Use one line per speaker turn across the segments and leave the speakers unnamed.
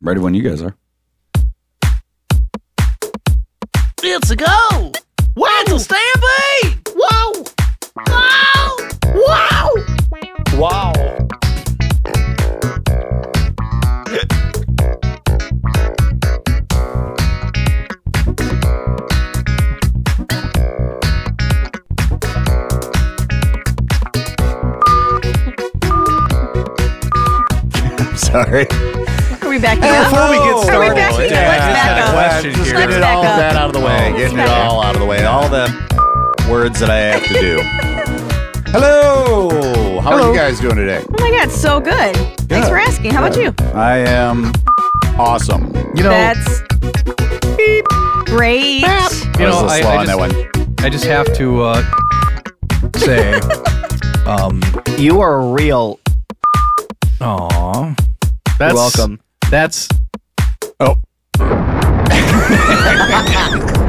Ready when you guys are.
It's a go! Whistle stampede! Whoa! Whoa! Whoa!
Wow.
I'm sorry.
Are we back up?
Before we get
Are we
started,
back?
yeah,
Let's
just
back
had a
up.
question
Let's
here.
back
Getting it
up.
all that out of the way. Getting it all out of the way. All the words that I have to do. Hello. How are
Hello.
you guys doing today?
Oh my god, so good. Thanks
Yeah.
for asking. How about you?
I am awesome. You know,
That's great.
I
You
was
know,
a
I-
slow
I
on that one.
I just have to uh, say, um,
You are a real.
aw,
You're
that's
welcome.
That's
Oh.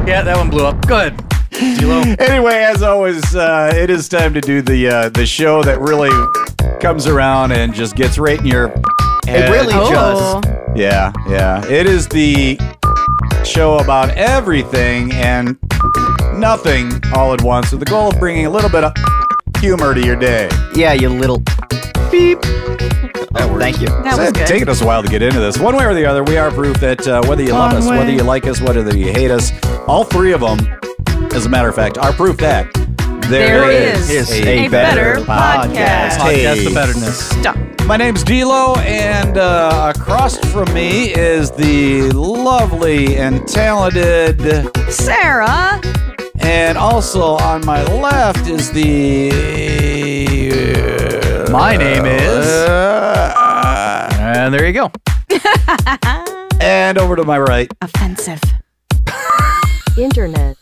yeah, that one blew up. Good, D'Lo.
Anyway, as always, uh, it is time to do the uh, the show that really comes around and just gets right in your.
It
head.
really
Oh.
just.
Yeah, yeah. It is the show about everything and nothing all at once, with the goal of bringing a little bit of humor to your day.
Yeah, you little. Beep. Thank you.
That was
It's
good.
taken us a while to get into this. One way or the other, we are proof that uh, whether you love us, whether you like us, whether you hate us, all three of them, as a matter of fact, are proof that
There is
a
better podcast.
Podcast the
Hey.
betterness.
Stop.
My name's D'Lo, and uh, across from me is the lovely and talented,
Sarah.
and also on my left is the.
My name is,
Uh,
and there you go.
and over to my right.
Offensive.
Internet.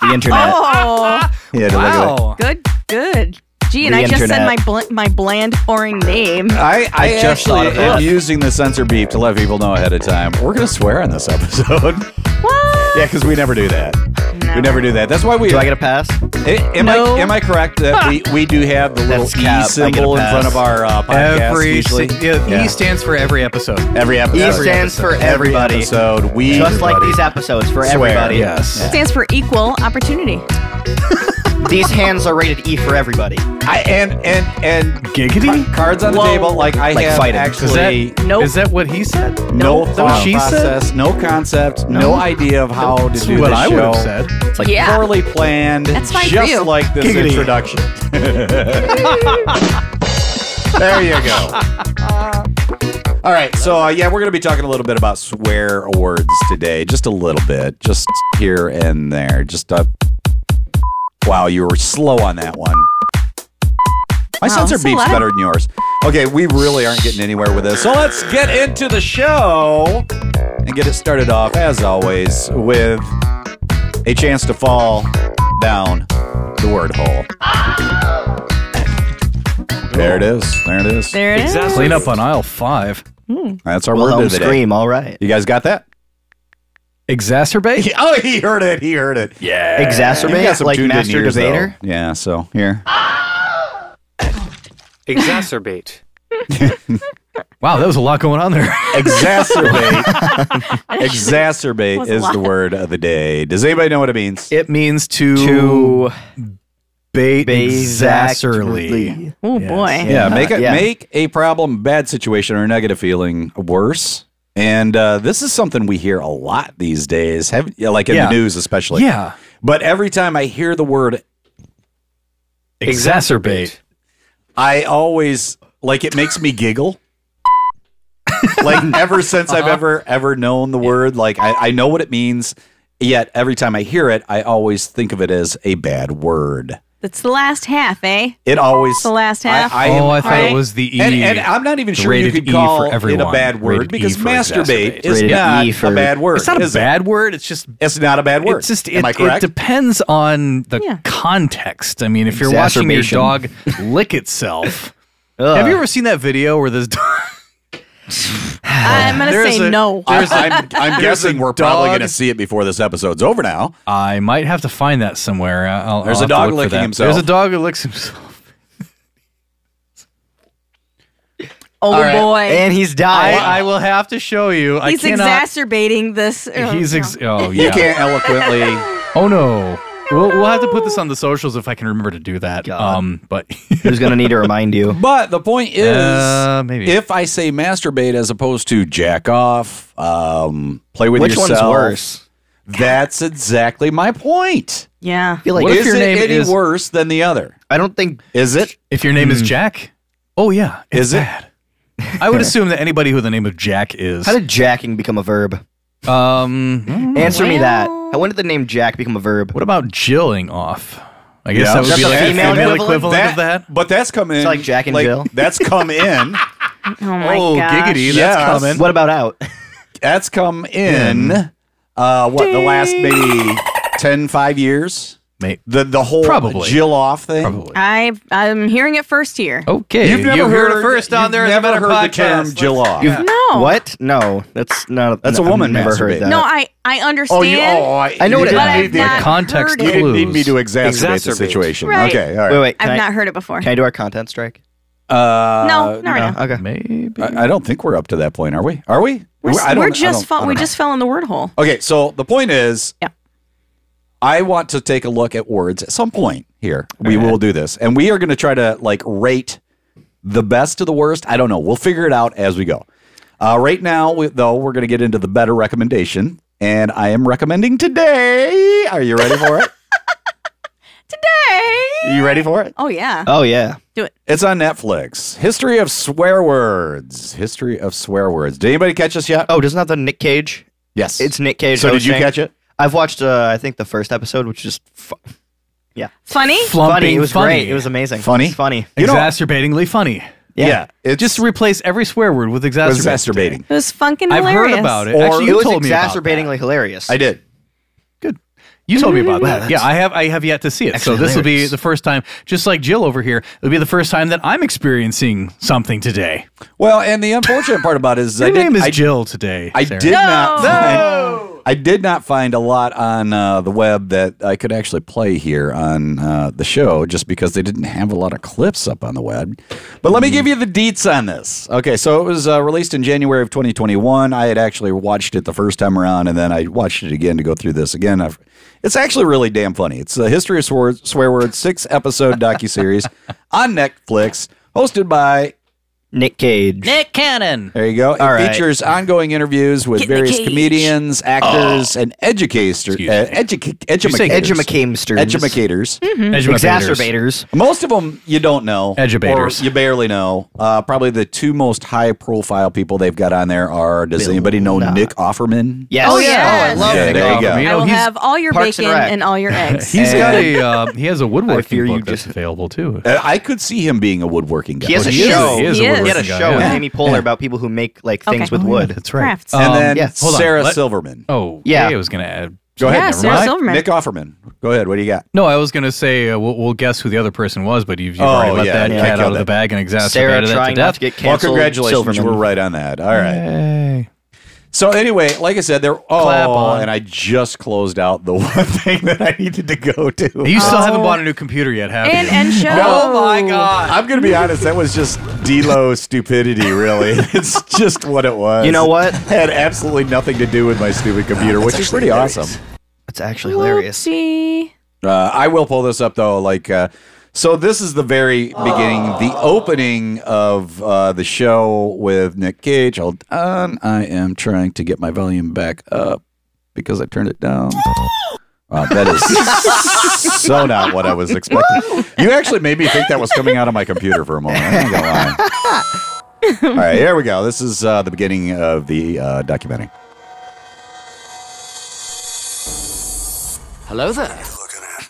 The internet.
Oh,
Yeah,
Wow.
good, good. Gee, and
The
I just said my
internet.
bl- my bland, boring name.
I, I,
I just
actually
thought of
am
that.
using the censor beep to let people know ahead of time. We're going to swear on this episode.
What?
yeah, because we never do that. We
No.
never do that. That's why we.
Do I get a pass?
A- am,
No.
I, am I correct that we, we do have the little
That's
E
cap. I get a
symbol in
pass.
front of our uh, podcast
Every si-
usually?
yeah,
Yeah.
E stands for every episode.
Every
E
episode.
stands for
Every
everybody.
episode. We
Just like these episodes for
Swear,
everybody.
Yes.
Stands for equal opportunity.
These hands are rated E for everybody.
I, and and and
Giggity?
ca- cards on the
Whoa.
table. Like I
Like
have
fighting.
Is that,
actually
Nope.
is that what he said?
no
that what
thought
she said?
process, no concept, no, idea of how to
That's
do
what
the
I
show.
would have said.
It's like
yeah.
Poorly planned,
That's fine for
just
you.
like this
Giggity.
introduction. there you go. All right, so uh, yeah, we're going to be talking a little bit about swear words today, just a little bit, just here and there. Just uh, wow, you were slow on that one. My
Wow,
sensor
that's a
beeps
lot of-
better than yours. Okay, we really aren't getting anywhere with this, so let's get into the show and get it started off as always with a chance to fall down the word hole. There it is. There it is.
there it is.
Clean up on aisle five.
That's our
Oh,
word
Wilhelm
of the day.
scream. All right.
You guys got that?
Exacerbate.
Oh, he heard it. He heard it. Yeah. You got
Exacerbate
some
like
tuned in
master
ears, though.
debater.
Yeah. So here.
Exacerbate.
Wow, that was a lot going on there.
Exacerbate. Exacerbate
Was a
is the
lot.
word of the day. Does anybody know what it means?
It means to,
To
bait exacerly.
Exacerly.
Oh
Yes.
boy.
yeah, make a,
yeah.
make a problem, bad situation, or negative feeling worse. And uh, this is something we hear a lot these days, have, yeah, like in
Yeah.
the news especially.
Yeah.
But every time I hear the word,
Exacerbate.
I always like it makes me giggle. like ever since
Uh-huh.
I've ever ever known the word, like I, I know what it means. Yet every time I hear it, I always think of it as a bad word.
That's the last half, eh?
It always
The last half.
I am-
oh, I thought
Right.
it was the E.
And, and I'm not even
The
sure you
rated
could
E
call
for
it a
everyone.
bad word
Rated E
because
for
masturbate
exacerbate.
is
Rated
not
E for-
a bad word.
it's not a
is it?
bad word. It's just
It's not a bad word.
it's just it,
Am I
it
correct?
depends on the
Yeah.
context. I mean, if you're watching your
Exacerbation.
dog lick itself.
Uh.
Ugh.
Have you ever seen that video where this dog
I'm gonna
There's
say
a-
no.
I'm, I'm- I'm
there's a
guessing we're probably
dog-
going to see it before this episode's over now.
I might have to find that somewhere. I- I'll,
There's
I'll
a
have to look
dog
for
licking
that.
himself.
There's a dog who licks himself.
Oh
All right.
boy.
and he's
I,
died.
I will have to show you.
He's
I cannot.
exacerbating this. oh,
he's
no.
ex- oh
You
yeah.
can't eloquently.
Oh no. We'll, we'll have to put this on the socials if I can remember to do that.
God.
Um, but
Who's gonna need to remind you?
But the point is,
Uh, maybe.
if I say masturbate as opposed to jack off, um, play with
Which
yourself.
one's worse?
That's exactly my point.
Yeah.
I feel like
What
is
if your
it
name
any
is-
worse than the other?
I don't think
Is it?
if your name is Jack, oh yeah, it's
Hmm. Is it?
bad. I would assume that anybody with the name of Jack is.
How did jacking become a verb?
Hmm.
um,
Answer me that.
Well-
How- When did the name Jack become a verb?
what about jilling off? I guess
Yeah.
that would
That's
be
a
like
female
a female
equivalent?
equivalent of that.
But that's come in.
like Jack and Jill.
That's come in.
Oh my
oh,
gosh.
giggity, that's
Yes.
coming.
What about out?
that's come in. Uh, what the last maybe 10, 5 years?
Mate,
The the whole
Probably.
Jill off thing.
probably.
I I'm hearing it first here.
Oh, Okay,
You've never
you
heard
it first on
you've
there. As a
never
Matter
heard the
podcast.
term Jill off.
You've-
No.
What? No, that's not.
That's a
I've
woman
Never heard
uh,
masturbating.
that.
No, I I understand.
oh, you, oh, I,
I know
you
what it
didn't
but
is.
need
I've
the-
not
Context
You
heard it.
didn't need me to exacerbate, the
Exacerbate.
situation.
Right.
Okay, all right.
Wait, wait. Can
I've
I,
not heard it before.
Can I do our content strike?
Uh,
no, not right now.
Okay.
Maybe.
I, I don't think we're up to that point, are we? Are we?
We're,
I don't-
we're
I
just
don't- I
fell,
don't
we
know.
just fell in the word hole.
Okay, so the point is,
Yeah.
I want to take a look at words at some point here. We will do this, and we are going to try to like rate the best to the worst. I don't know. We'll figure it out as we go. Uh, right now, we, though, we're going to get into the better recommendation, and I am recommending today. Are you ready for it?
Today.
you ready for it?
Oh yeah.
Uh,
Oh yeah.
It's on Netflix. History of swear words. History of swear words. Did anybody catch this yet?
Oh, doesn't that the Nick Cage?
yes.
It's Nick Cage.
so
I
did
was
you
saying.
catch it?
I've watched. Uh, I think the first episode, which is fu-
Funny.
funny. It was
funny.
great. It was amazing.
Funny?
It's funny.
You know-
exacerbatingly funny.
Yeah.
It's
Just replace every swear word with exacerbate.
exacerbating.
It was funkin'
I've
hilarious.
heard about it.
Or-
Actually,
it
you
was
told me about that.
exacerbatingly hilarious.
I did.
Good. You told me about
Wow,
that.
that's
Yeah, I have. I have yet to see it. So
actually
this will be
hilarious.
the first time. Just like Jill over here, it'll be the first time that I'm experiencing something today.
Well, and the unfortunate part about it is
Your
I did,
name is
I,
Jill today.
I
Sarah.
did not.
No.
Find, I did not find a lot on uh, the web that I could actually play here on uh, the show, just because they didn't have a lot of clips up on the web. But
Hmm.
let me give you the deets on this. Okay, so it was uh, released in January of 2021. I had actually watched it the first time around, and then I watched it again to go through this again. I've, it's actually really damn funny. It's the history of swear, swear words six episode docu series on Netflix, hosted by
Nick Cage.
Nick Cannon.
There you go. it
All right.
features ongoing interviews with
Get in the
various
cage.
comedians, actors, and educators.
Excuse
Uh,
me.
educa-
you say
educators.
Educamesters.
Educators.
Exacerbators.
Most of them you don't know.
Edubators.
Or you barely know. Uh, probably the two most high profile people they've got on there are does
Bill
anybody know
Nye.
Nick Offerman?
Yes.
Oh, yes.
Oh, I love
Yeah,
Nick
there you go.
Offerman.
You
I
know,
will
he's-
have all your
Parks
bacon
and Rec.
and all your eggs.
He's got a. Uh, he has a
fear
woodworking
you
book that's
just-
available too.
Uh, I could see him being a woodworking guy.
Oh, He has a
He is-
show.
He is
He
a
is.
woodworking
He had a
guy,
show with
yeah.
Amy Poehler about people who make like
Okay.
things with
Oh, yeah,
wood.
that's right.
Crafts.
and then
yeah.
Um, Hold on,
Sarah
let-
Silverman.
Oh,
Yeah.
yeah. I was gonna add.
Go ahead.
Yeah,
never
Sarah
mind.
Silverman.
Nick Offerman. Go ahead. What do you got?
No, I was gonna say uh, we'll, we'll guess who the other person was, but you've, you've
Oh,
already let
yeah,
that
yeah, I
cat out
killed
of
that.
the bag and
Sarah
exacerbated it to
trying not
death.
to get
Well,
canceled.
congratulations.
Silverman.
You were right on that. All
Mm-hmm.
right.
Hey.
So anyway, like I said, there. Oh,
Clap on.
and I just closed out the one thing that I needed to go to.
You still
Oh.
haven't bought a new computer yet, have
and
you?
and show.
I'm gonna be honest. That was just D'Lo stupidity. Really, it's just what it was.
You know what?
Had absolutely nothing to do with my stupid computer, which is pretty awesome.
That's actually hilarious.
Whoopsie.
Uh, I will pull this up though. Like, uh, so this is the very beginning, the
Oh.
opening of uh, the show with Nick Cage. Hold on, I am trying to get my volume back up because I turned it down. Wow, that is so not what I was expecting. You actually made me think that was coming out of my computer for a moment. I'm not gonna lie. All right, here we go. This is uh, the beginning of the uh, documentary.
Hello there.
looking at.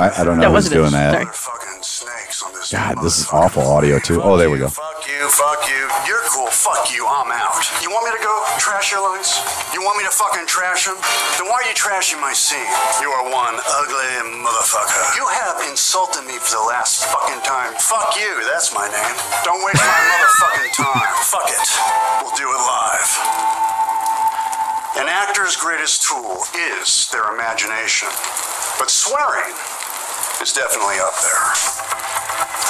I, I don't know
That
who's
wasn't it.
doing that.
Sorry.
Fucking snakes on this.
God, this is awful audio too. Oh, there we go.
Fuck you, fuck you. You're cool. Fuck you. I'm out. You want me to go trash your lines? You want me to fucking trash them? Then why are you trashing my scene? You are one ugly motherfucker. You have insulted me for the last fucking time. Fuck you. That's my name. Don't waste my motherfucking time. Fuck it. We'll do it live. An actor's greatest tool is their imagination, but swearing is definitely up there.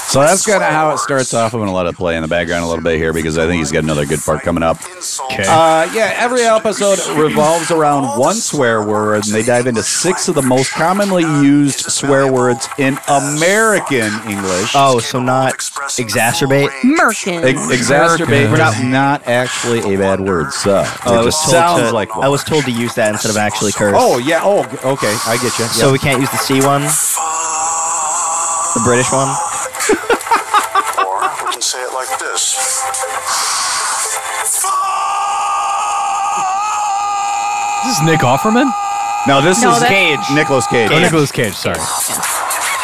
So that's kind of how it starts off. I'm going to let it play in the background a little bit here because I think he's got another good part coming up.
Okay.
Uh, yeah, every episode revolves around one swear word, and they dive into six of the most commonly used swear words in American English.
Oh, so not exacerbate.
Merkin.
Ex- exacerbate
American.
is not, actually a bad word, so
I
it
was
just
Oh, told
sounds
to-
like one.
I was told to use that instead of actually curse.
Oh yeah. Oh g- okay. I get you.
so we can't use the C one, the British one.
or we can say it like this.
Is this Nick Offerman?
now this
No,
is
that-
Cage. Nicolas Cage.
Oh, Nicolas Cage. Sorry.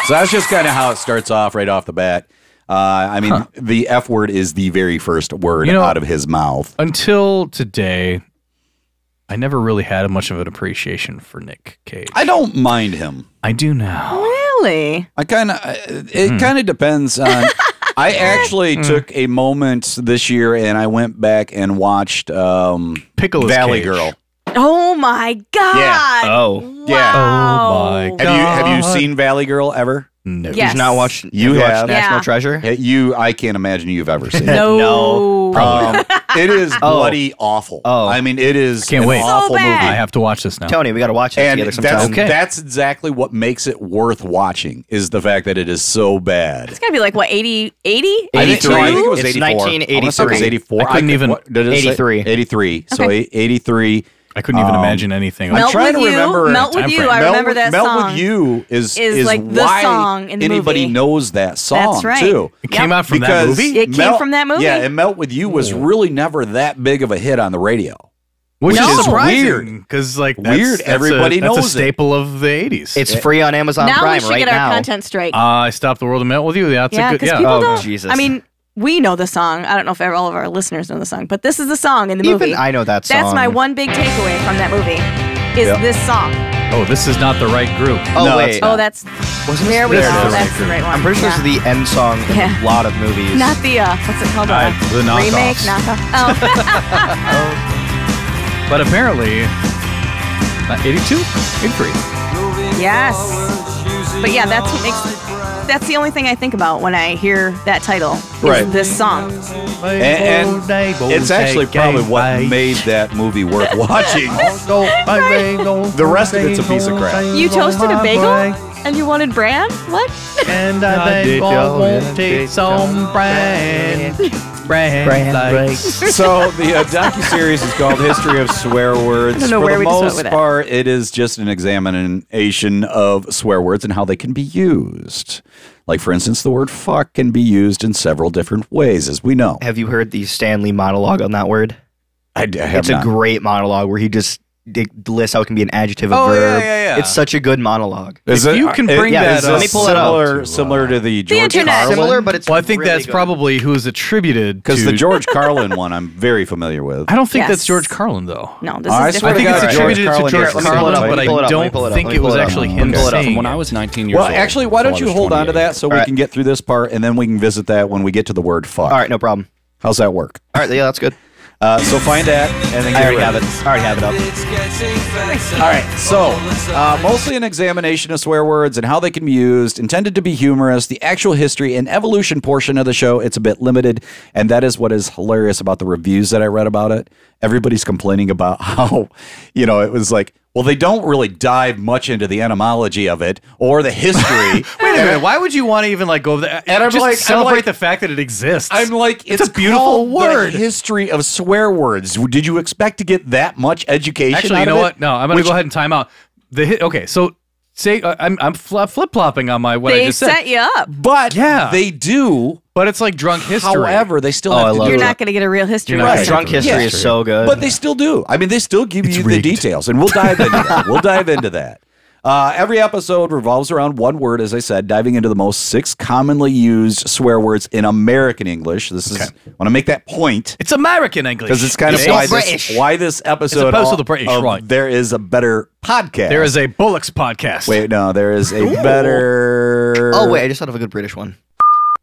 So that's just kind of how it starts off right off the bat. Uh, I mean, the F word is the very first word
You know-
out of his mouth.
Until today, I never really had much of an appreciation for Nick Cage.
I don't mind him.
I do now.
Really?
I kind of. It kind of depends on. I actually took a moment this year and I went back and watched um,
Pickles
Valley
Cage.
Girl.
Oh my god.
Oh,
Yeah.
Wow.
Oh my
Have you have you
God.
seen Valley Girl ever?
No.
Yes.
he's not watched.
You
watched
have.
National
Yeah.
Treasure.
Hey, You, I can't imagine you've ever seen. it.
No.
No.
Um, it is
Oh.
bloody awful.
Oh.
I mean, it is
Can't
an
wait. So
awful
bad.
movie.
I have to watch this now.
Tony, we got to watch it
and
together
that's,
sometime.
Okay.
that's exactly what makes it worth watching is the fact that it is so bad.
It's gotta be like what 80 80?
I think- no, I think it was
It's
84. I wanna say it was
1983.
84.
I couldn't
could-
even-
what did it say?
83.
83. So
Okay.
eight- 83.
I couldn't even
Um,
imagine anything.
Melt
trying
with
to
you.
remember
Melt
a
with
time
you.
frame.
Oh, I
Melt
remember
with,
that
Melt
song.
with You is,
is like the
why
song in the
anybody
movie.
knows that song
That's right.
too.
it came out from that
Because
movie,
It came from that movie.
Yeah, and Melt with You was really never that big of a hit on the radio.
which
No.
is
Weird.
surprising because like that's,
Weird.
That's
Everybody
a, that's
knows it.
a staple of the '80s.
It's free on Amazon
now we
Prime
should
right
get
now.
our content straight.
uh, I stopped the world and met with you. That's
yeah,
a good.
because
Yeah.
people
Oh,
don't.
Jesus.
I mean, we know the song. I don't know if all of our listeners know the song, but this is the song in the
Even
movie.
I know that song.
That's my one big takeaway from that movie. Is
Yeah.
this song?
oh, this is not the right group.
Oh
No,
wait,
Oh, that's
Wasn't
there we
this-
go.
there it is.
That's the right one.
I'm pretty sure
Yeah.
this is the end song in
Yeah.
a lot of movies.
Not the uh, what's it called?
Uh, the
remake
knockoffs.
knockoff. Oh,
But apparently, uh, 82, 83.
yes. But yeah, that's what makes. That's the only thing I think about when I hear that title. Is
Right.
This song.
And- and It's actually probably what made that movie worth watching. The rest of it's a piece of crap.
You toasted a bagel and you wanted bran? What?
and I think I won't take some brand. Brand, breaks.
so the uh, docu series is called "History of Swear Words." For
know where
the
we just went
most
with that.
part, it is just an examination of swear words and how they can be used. Like, for instance, the word "fuck" can be used in several different ways, as we know.
Have you heard the Stanley monologue on that word?
I, d- I have
it's a
not.
great monologue where he just d- lists how it can be an adjective, a
Oh, yeah,
verb.
yeah, yeah.
It's such a good monologue.
Is
If you can bring
yeah,
that
is
up-
this
Let me pull it up.
Similar, similar to the George
internet.
Carlin,
Similar, but it's
Well, I think
really
that's
good.
probably who's attributed
because
to.
the George Carlin one I'm very familiar with.
I don't think
Yes.
that's George Carlin though.
No, this
Oh, I
is
swear
I
different.
think
to
it's
God,
attributed
George
to George Carlin,
Carlin. Let me pull it up.
but
Let me pull it
I
up. Let me
don't
pull it up.
think
Let me
it
pull
was
it up.
actually
Let me
him
pull it up.
saying.
When
it.
I was 19 years
Well,
old.
actually, why don't
until I
you
was
hold on to
28.
that so we
Alright.
can get through this part, and then we can visit that when we get to the word "fuck."
All right, no problem.
How's that work?
All right, yeah, that's good.
Uh, so find that, and then get
I already
ready.
have it. I already have it up.
All right, so uh, mostly an examination of swear words and how they can be used, intended to be humorous. The actual history and evolution portion of the show it's a bit limited, and that is what is hilarious about the reviews that I read about it. Everybody's complaining about how, you know, it was like, well, they don't really dive much into the etymology of it or the history.
Wait a minute. Why would you want to even like go over there?
And I'm
just
like- I'm
celebrate
like-
the fact that it exists.
I'm like, it's,
It's a beautiful
called
word.
The history of swear words. Did you expect to get that much education?
Actually,
out
you
of
know
it?
what? No, I'm going to
Which-
go ahead and time out. The hit, okay, so say uh, I'm I'm fl- flip flopping on my what I
They
just said,
set you up.
But
Yeah.
they do.
but it's like drunk history.
However, they still
Oh,
have
I
to
love
do
You're
it.
not going to get a real history.
You're not
lesson.
Right.
Drunk history
Yeah.
is so good.
But they still do. I mean, they still give you
rigged.
the details, and we'll dive into that. We'll dive into that. Uh, every episode revolves around one word, as I said, diving into the most six commonly used swear words in American English. This is I want to make that point
it's American English
because it's kind of
It
why
is.
this, why this episode
opposed to
all-
the British,
of
right.
there is a better podcast.
There is a Bullocks podcast.
wait, no, there is a better
oh wait, I just thought of a good British one.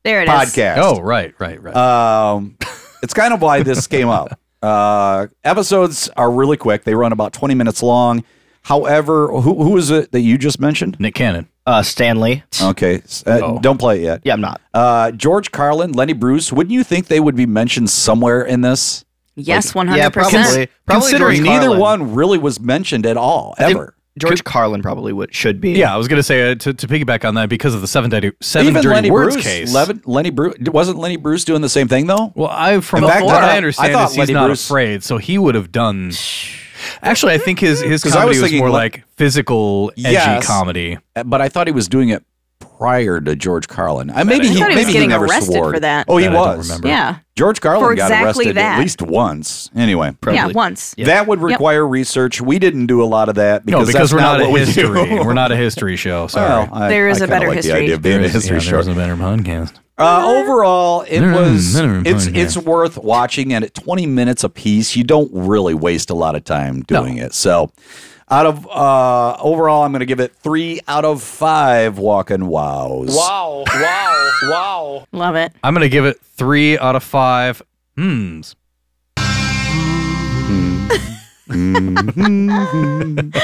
There it is.
podcast.
Oh, right, right, right.
Um, it's kind of why this came up. Uh, episodes are really quick. They run about 20 minutes long. However, who who is it that you just mentioned?
Nick Cannon.
Uh, Stanley.
Oh.
Okay, s- uh,
No.
don't play it yet.
Yeah, I'm not.
Uh, George Carlin, Lenny Bruce. Wouldn't you think they would be mentioned somewhere in this?
Yes, one
Yeah,
hundred percent.
probably. Probably
Considering
George
Neither
Carlin.
one really was mentioned at all
think-
ever.
George Carlin probably would should be.
Yeah, I was gonna say uh, to, to piggyback on that because of the seven dirty, seven
Even
dirty
Lenny
words
Bruce.
case.
Levin- Lenny Bruce wasn't Lenny Bruce doing the same thing though.
Well, I from
In fact,
what
I- I
I understand
thought
is he's
Lenny
not
Bruce-
afraid, so he would have done. Actually, I think his his
'Cause I
comedy
was
was,
thinking
more
Le-
like physical, edgy
Yes.
comedy.
Uh, But I thought he was doing it prior to George Carlin. Uh, maybe
I
he,
thought he was
maybe he
getting
never
arrested
swore.
for that.
Oh, he
That I don't
was.
remember.
Yeah,
George Carlin
For
got
exactly
arrested at
that.
least once. Anyway.
yeah,
Probably.
once.
Yeah.
That would require research. We didn't do a lot of that because,
no, because
that's
we're not,
what
a
we do.
history. we're not a history show. Sorry.
Well, I-
There is
I
a
kinda
better
like
history.
The idea of being a
There's-
history
yeah,
show.
there's a better podcast.
Uh, overall, it
Minimum-
was
minimum
it's
podcast.
it's worth watching, and at 20 minutes a piece, you don't really waste a lot of time doing it. So, out of uh, overall, I'm going to give it three out of five walking wows.
Wow, wow, wow.
Love it.
I'm gonna give it three out of five. hmm, Mms.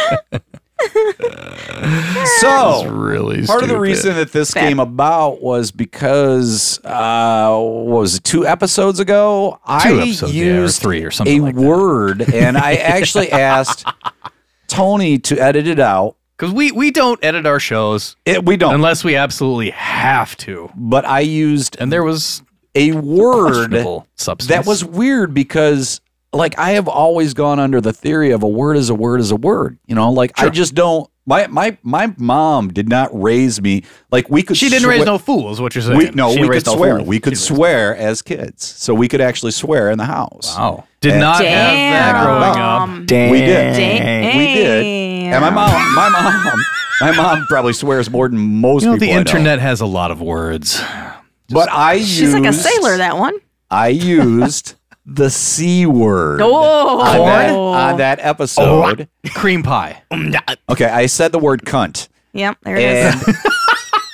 So,
Really
Oh, part of the
stupid.
reason that this
Bad.
came about was because uh what was it two episodes ago i
episodes, yeah, or
used
three or something
a
like that.
word and i actually asked tony to edit it out
because we we don't edit our shows
it, we don't
unless we absolutely have to.
but i used
And there was
a word
questionable substance
that was weird because like I have always gone under the theory of a word is a word is a word. You know, like I just don't my my my mom did not raise me like we could
She didn't
swe-
raise no fool, is what you're saying.
we, no,
She didn't
we could
raise no
swear.
fool.
We could swear as kids. So we could actually swear in the house.
Wow. Did
And-
not have that
Damn.
growing up.
Damn.
We did.
Dang.
We did. And my mom my mom my mom probably swears more than most
You know,
people.
the
I know.
internet has a lot of words.
But I
She's like a
used-
sailor. That one.
I used the C word.
Oh,
On that, on that episode.
Cream pie. Oh,
Okay, I said the word cunt.
Yep, there it is.
And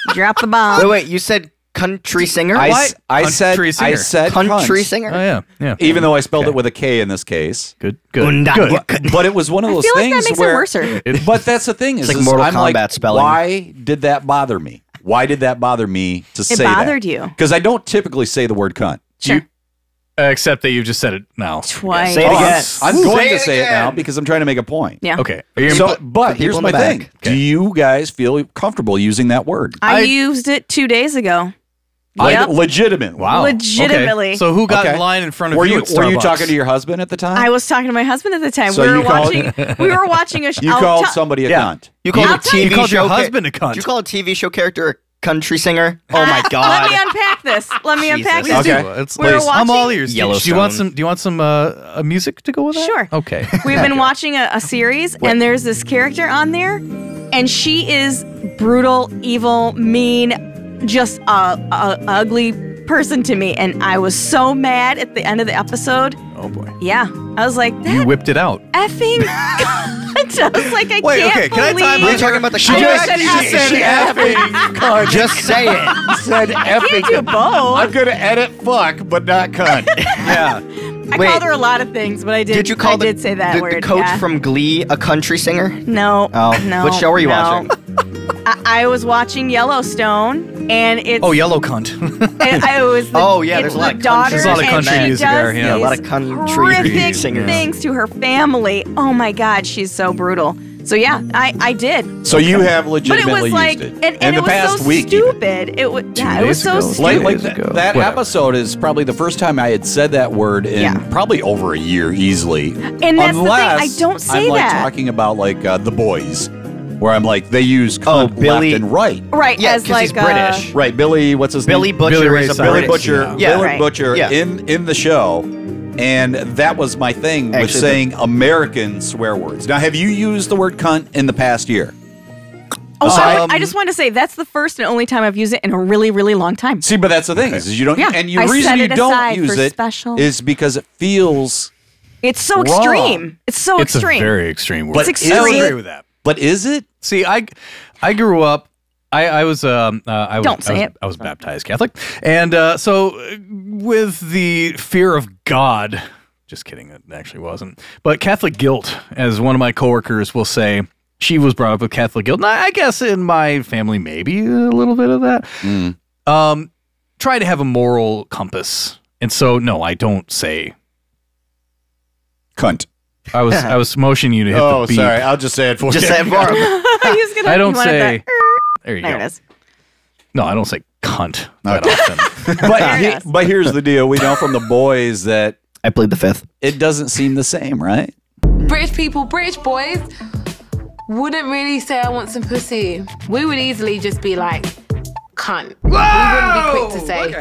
Drop the
Wait,
bomb.
wait, you said country singer?
I,
What?
s- I said
Country
I
singer.
said
country
cunt,
singer?
Oh yeah, yeah.
even though I spelled it with a K in this case.
Good, good,
Unda-
good.
good.
But it was one of
I
those
feel like
things
that makes
where.
it worser.
It-
But that's the thing is,
like
is
Mortal
I'm like,
Kombat spelling.
why did that bother me? Why did that bother me to say
bothered you.
Because I don't typically say the word cunt.
Sure.
Except that you just said it now.
Twice.
Say it
Oh, I'm-
again.
I'm,
Say
going
it
to say it
again.
now because I'm trying to make a point.
Yeah.
Okay. Are you
So, but
people
here's
in
my
the
thing:
back.
Do you guys feel comfortable using that word?
I,
I-
used it two days ago.
I
Yep.
legitimately.
wow. okay.
Legitimately.
So who got
Okay.
in line in front of
Were
you?
you
at
were you
Starbucks?
talking to your husband at the time?
I was talking to my husband at the time.
So
we
you
were
called-
watching. we were watching a show.
you called somebody a cunt.
You called a TV
you called your
show cha-
husband a cunt.
Did you call a TV show character a country singer? Oh my god.
Let me unpack this. Let me
Jesus.
unpack this.
Okay.
Well, it's-
We were
please, I'm all
watching-
ears. Do you want
Yellowstone.
some? Do you want some uh, uh, music to go with that?
Sure.
Okay.
We've been watching a, a series, and there's this character on there, and she is brutal, evil, mean, just a, a ugly person to me. And I was so mad at the end of the episode.
oh boy.
Yeah, I was like,
You
that
whipped it out.
effing. I was like, I
Wait,
can't
okay, can I
believe.
time
We're talking about the
I
country-
said effing.
Just say it.
said
Can't do both.
gonna edit fuck, but not cunt. yeah.
I
Wait.
called her a lot of things, but I did.
Did you call
I
the,
did say that
the, the
word.
coach
yeah.
from Glee a country singer?
No.
Oh,
no.
what show were you
no.
watching?
I, I was watching Yellowstone, and it's
Oh, yellow cunt.
and I was the,
Oh, yeah,
it's
there's a
the
lot of country-
daughter,
There's a lot of
and
country
she
music
does
there, yeah.
these
A lot of country
horrific
singers.
things to her family. Oh my God, she's so brutal. So yeah, I I did,
So you have
but it
legitimately
was like,
used
and,
it
and
in
it
the
was
past
so
week. even.
stupid. It was yeah, it was
days
so
ago.
stupid.
Like,
Two
like
days
that,
ago.
that
Whatever.
episode is probably the first time I had said that word in
Yeah.
probably over a year easily.
And that's the thing, I
Unless
don't say
I'm like
that.
talking about like uh, the boys, where I'm like they use
Oh,
cunt
Billy-
left and right.
right?
Yeah,
as
because
like
he's
uh,
British.
Right, Billy. What's his
Billy
name?
Butcher
Billy Ray
is a
Cyrus.
Billy
British-
Butcher,
Yeah.
Billy
Right.
Butcher
Yeah.
in in the show, and that was my thing with
Actually, the-
saying American swear words. Now, have you used the word cunt in the past year?
Oh, I,
Um,
would- I just wanted to say that's the first and only time I've used it in a really, really long time.
See, but that's the thing is you don't,
Yeah,
and you
I
reason
set
you
it
don't
aside
use
for
it
special.
is because it feels.
It's so
Wrong.
extreme. It's so
it's a
extreme.
very extreme word.
But
It's
is
I would
extreme.
agree
it?
with that.
But is it?
See, I I grew up. I, I was um uh, I was,
Don't say
I was,
it.
I was baptized Catholic, and uh, so uh, with the fear of God. Just kidding, it actually wasn't. But Catholic guilt, as one of my coworkers will say, she was brought up with Catholic guilt. And I, I guess in my family, maybe a little bit of that.
Hmm.
Um, try to have a moral compass. And so, no, I don't say
cunt.
I was I was motioning you to hit
Oh,
the beep.
sorry. I'll just say it for
Just
you.
that for him.
He's gonna,
I
he
don't
wanted
say.
that.
There you
There
go.
it is.
No, I don't say cunt that often.
But,
it is.
but here's the deal. We know from the boys that
I played the fifth.
it doesn't seem the same, right?
British people, British boys, wouldn't really say I want some pussy. We would easily just be like, cunt. we wouldn't be quick to say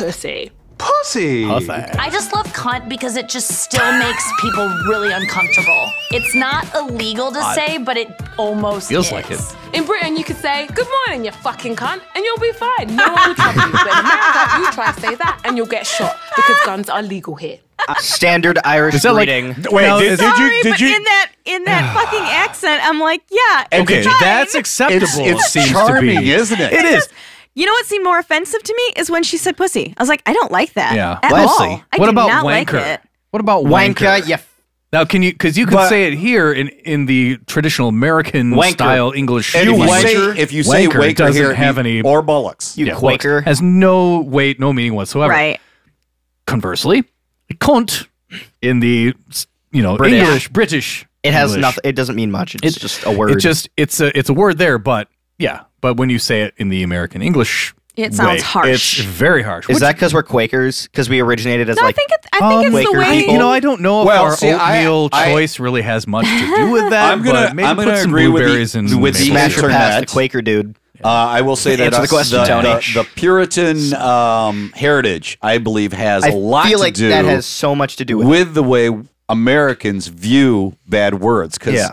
pussy.
Pussy.
I just love cunt because it just still makes people really uncomfortable. It's not illegal to
Odd.
say, but it almost
Feels
is.
like it.
In Britain, you could say, good morning, you fucking cunt, and you'll be fine. No one will trouble you. But in America, you try to say that and you'll get shot because guns are legal here.
Standard Irish
Is that like-
greeting.
Wait,
No,
did, did
Sorry,
you did
but
you
in that in that fucking accent, I'm like, yeah,
okay,
it's fine.
that's acceptable.
it's, it's
it seems to
charming,
be.
isn't it?
It is.
You know what seemed more offensive to me is when she said pussy. I was like, I don't like that.
Yeah.
At
Leslie,
all. I
what
do
about
not like
wanker?
it.
What about wanker?
Wanker, you f-
Now, can you? Because you can
But-
say it here in in the traditional American
Wanker.
style English.
And if you
language.
say if you say
Wanker
waker
doesn't
here,
have
you-
any-
or bollocks.
you
Yeah,
Quaker.
bollocks. has no weight, no meaning whatsoever.
Right.
Conversely, cunt in the you know
British.
English British.
It has
English.
nothing. It doesn't mean much. It's
It-
just a word.
It just it's a it's a word there, but yeah, but when you say it in the American English,
It sounds
way,
harsh.
It's very harsh.
is
Which-
that because we're Quakers? Because we originated as
No,
like
I think it, I think
Um,
it's the
Quaker
I,
way
people.
you know, I don't know if
Well,
our
see, I-
oatmeal
I-
choice really has much to do with that.
I'm gonna-
but maybe
I'm
put
gonna
some
agree with the-
blueberries and
with the
maple
smash
Sure.
or pass the
Internet.
Quaker dude.
Uh, I will say that
Answer the
us-
question,
the,
Tony.
the- the Puritan um, heritage, I believe, has a
I
lot
feel
to
like
do
that has so much to do with.
with the way Americans view bad words. Because
Yeah.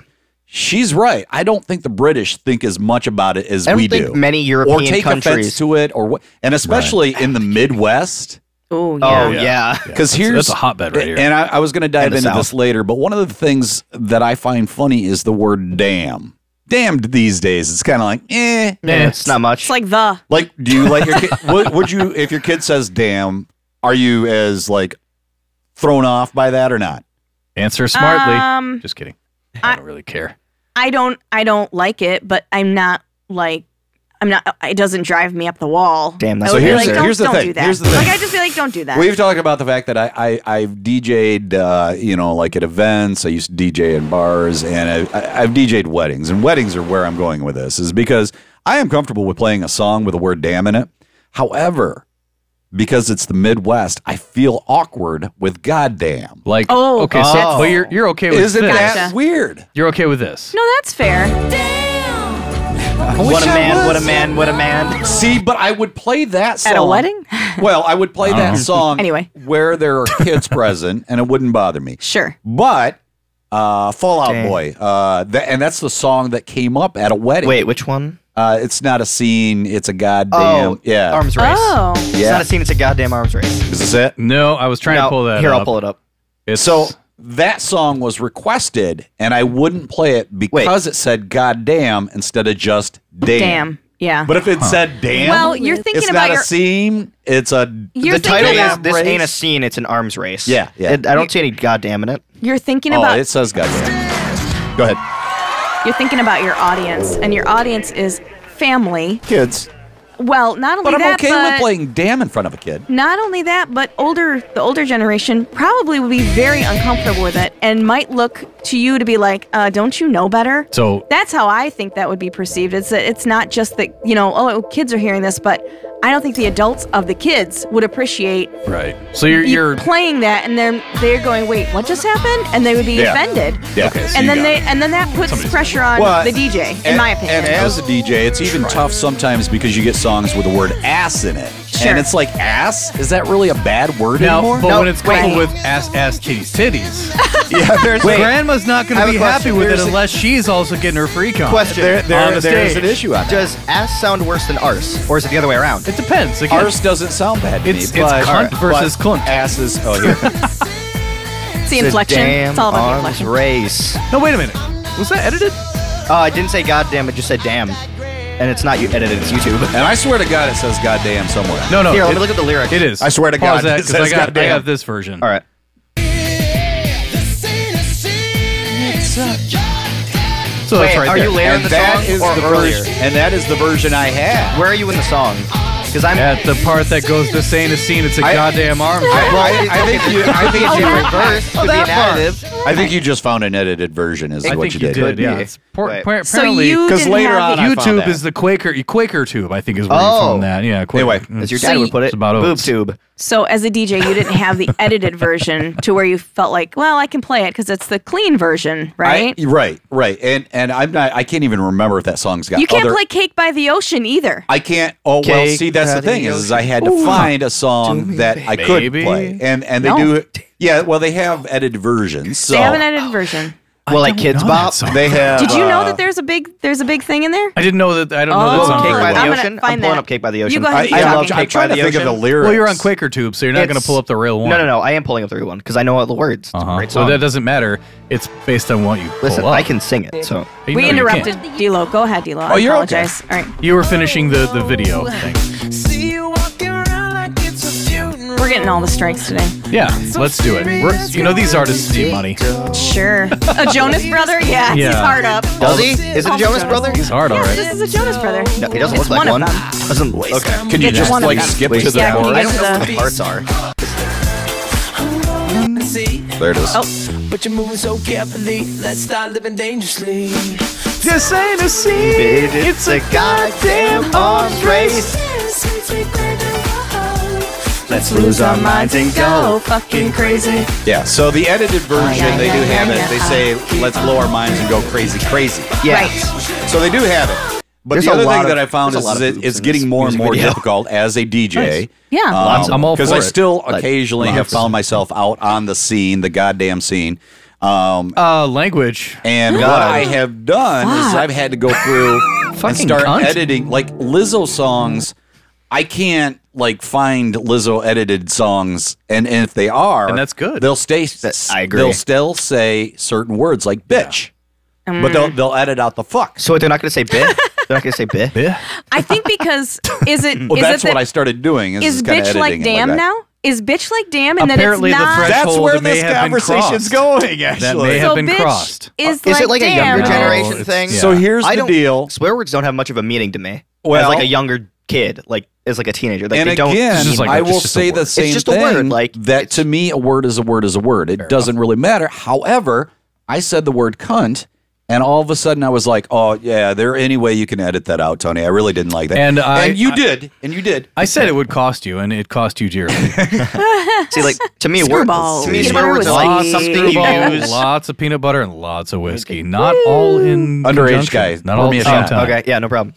she's right. I don't think the British think as much about it as
I don't
we
think
do,
many
or
European
take offense
countries.
to it, or what. And especially in the Midwest,
Oh
oh
yeah.
yeah.
that's-
because here's
that's a hotbed right here.
And I, I was going to dive
And the
into this
South.
later, but one of the things that I find funny is the word "damn." Damned these days, it's kind of like eh.
Eh.
It's not much.
It's like the
Like, do you let your kid? would, would you, if your kid says "damn," are you as like thrown off by that or not?
Answer smartly.
Ah.
Um,
Just kidding. I, don't really care.
I don't I don't like it, but I'm not like I'm not. uh, It doesn't drive me up the wall.
Damn,
I
that's
would
So
be
here's
like,
the-
don't,
here's the
don't
thing,
do that.
here's the thing.
Like I just be like, don't do that.
We've talked about the fact that I, I I've DJ'd, uh, you know, like at events. I used to DJ in bars, and I, I, I've DJ'd weddings, and weddings are where I'm going with this, is because I am comfortable with playing a song with the word "damn" in it. However, because it's the Midwest, I feel awkward with "goddamn."
Like,
Oh,
okay, so,
that's-
but you're you're okay with
Isn't
this.
that
Gotcha.
weird?
You're okay with this.
no, that's fair.
what a
I
man!
was.
What a man! What a man!
See, but I would play that song
At a wedding?
Well, I would play that
Oh.
song
Anyway.
where there are kids present, and it wouldn't bother me.
Sure.
But uh, Fallout
Dang.
Boy, uh, tha- and that's the song that came up at a wedding.
Wait, which one?
uh, it's not a scene; it's a goddamn
Oh,
um, yeah.
Arms race.
Oh,
It's
yeah,
not a scene. It's a goddamn arms race.
is this it?
No, I was trying
No,
to pull that.
Here,
up.
I'll pull it up.
It's,
So that song was requested, and I wouldn't play it because it said "goddamn" instead of just "damn."
damn. Yeah.
But if it said "damn,"
well, you're thinking
it's
about
not
your.
a scene; it's a
You're
the title
thinking
is
about-
"This
Race?
Ain't a Scene." It's an arms race.
Yeah, yeah.
It- I don't see any goddamn in it.
You're thinking
oh,
about
it says "goddamn." Go ahead,
you're thinking about your audience, and your audience is family.
kids.
Well, not only
But I'm
that,
okay
but
with playing "damn" in front of a kid.
not only that, but older the older generation probably would be very uncomfortable with it and might look to you to be like, uh, "Don't you know better?"
So-
that's how I think that would be perceived. It's that it's not just that you know, oh, kids are hearing this, but I don't think the adults of the kids would appreciate
right. So you're
you
you're
playing that, and then they're going, "Wait, what just happened?" and they would be
Yeah.
offended.
Yeah. Okay,
and then they and then that puts pressure on
Well,
the DJ, in
and,
my opinion.
And as a DJ, it's even tough sometimes because you get songs with the word ass in it.
Sure.
And it's like, ass? Is that really a bad word
now,
anymore?
but
No,
when it's coupled
wait.
with ass ass titties titties,
yeah, there's,
grandma's not
I
going
have
to
a
be
question.
happy with it
There's a-
unless she's also getting her free con.
Question.
there, there-
On the
there's
stage.
an issue out there.
Does ass sound worse than arse, or is it the other way around?
It depends. Again,
Arse doesn't sound bad to
It's-
me.
it's
but,
cunt versus
but
cunt.
Ass is, oh, here.
it's the inflection.
Damn
It's all about the
arms
inflection.
race.
no, wait a minute. Was that edited?
Oh, I didn't say goddamn. I just said damn. And it's not you edited. It's YouTube.
and I swear to God, it says goddamn somewhere.
No, no.
Here,
Oh, it,
let me look at the lyrics.
it is.
I swear to
Pause
God,
that
it
'cause
says
I got, I
goddamn.
got this version.
All right.
It's a
So that's right
are
there.
you later
And
in the
that
song
is
or
the
earlier?
version-
and that is the version I had.
Where are you in the song? Because I'm
at the part that goes to Saint is seen. It's a goddamn arm.
Well,
I- I think you- I think you-
reverse.
Oh,
could be
that
an
part.
additive.
I think you just found an edited version, is
I
what
think
you
you
did.
did, yeah. It's por- par- So apparently- you
because
didn't
later on,
have
I found
YouTube
out.
is the Quaker Quaker tube. I think is where you
Oh.
found that. Yeah. Quaker.
Anyway,
Mm.
as your dad So would you- put it,
It's about
boob
tube.
So as a DJ, you didn't have the edited version to where you felt like, well, I can play it because it's the clean version, right?
I- right, right. And and I'm not. I can't even remember if that song's got.
you can't
other,
play Cake by the Ocean either.
I can't. Oh well,
Cake
see that's the
by the
thing is, is I
ocean.
had to
Ooh.
find a song that I could
Baby.
play, and and they
No.
do. Yeah, well, they have edited versions. So
They have an edited version.
Well, like Kids Bop.
They have.
Did you know
uh,
that there's a big there's a big thing in there?
I didn't know that. I don't know
Oh.
that song.
Cake
very
by the
well.
I'm gonna Ocean? I'm find pulling that. up
Cake by the
You Ocean. go ahead and
I,
keep
I love
talking.
Cake by the Ocean. Well, you're on Quaker Tube, so you're not going to
It's-
pull up the real one.
No, no, no. I am pulling up the real one because I know all the words. It's a great
So
song.
that doesn't matter. It's based on what you pull
Listen,
up.
I can sing it. So
You
we
know you can't.
interrupted D-Lo. Go ahead, D-Lo.
Oh,
I
you're okay.
apologize. All right.
You were finishing the the video thing.
See you walking around like it's a funeral.
We're getting all the strikes today.
Yeah, let's do it. We're, you know these artists need money.
Sure. A Jonas brother? Yeah, he's
Yeah.
hard up.
Does he? Is it
Oh,
Jonas
Brother?
He's hard, all
Yes,
right.
this is a Jonas brother.
no, he doesn't
It's
look like
one
one.
of them.
Doesn't look. Okay.
Can you
It's
just
one of
like
them.
skip to the
Yeah, can you
chorus?
get
I don't know
to
what
the-
the parts are.
There it is.
Oh,
But you're moving so carefully. Let's start living dangerously.
This ain't a scene.
It's a goddamn arms race.
Let's
lose our minds and
go fucking crazy.
Yeah, so the edited version,
Oh, yeah,
they do
yeah,
have
yeah, uh-huh.
it. They say, let's blow our minds and go crazy, crazy.
Yeah.
So they do have it. But
There's
the
a
other
lot
thing
of-
that I found
there's a
is,
lot
is
of
it,
boobs
it's
in
getting
this
more and
music
more
video.
difficult as a DJ.
Nice. Yeah.
Lots of them. I'm all
Because
for
I
it.
still
Like,
occasionally have
lots.
found myself out on the scene, the goddamn scene. Um,
Uh, language.
and what I have done is
Fuck.
I've had to go through and
Fucking
start
cunt.
editing like Lizzo songs. I can't like find Lizzo edited songs, and, and if they are,
And that's good.
They'll stay. I
agree.
They'll still say certain words like bitch, but they'll they'll edit out the fuck.
So they're not going to say bit. They're not going to say bit.
Yeah.
I think because is it is
Well, that's
it
what
the,
I started doing. Is,
is
kinda
bitch
editing
like
it
damn
that.
now? Is bitch like damn and
Apparently
then
the
it's not
threshold
That's where
that may
this
have been
conversation's
crossed.
going.
That may
Actually,
have
so
been
bitch
crossed. Oh,
is,
Is it like a
damn
younger
now.
generation
it's-
thing?
yeah.
So here's
I
the
don't-
deal.
Swear words don't have much of a meaning to me.
Well-
as like a younger kid, like as like a teenager, like
and
they don't.
again,
It's just like a-
I
it's
will
just a
say
word.
the
It's
same
just a
thing.
word, like,
that to me, a word is a word is a word. It doesn't really matter. However, I said the word cunt, and all of a sudden I was like, "Oh yeah, there any way you can edit that out, Tony? I really didn't like that."
And I-
you
I-
did, and you did.
I said it would cost you, and it cost you dearly.
See, like to me, words.
Screwballs.
To me,
Peanut
swear
butter
words
with
are like
seeds.
something you
Screwball,
use.
lots of peanut butter, and lots of whiskey. Not all in
Underage
conjunction.
guys,
Not
pour
all
me
at the
a
same
shot.
time.
Okay, yeah, no problem.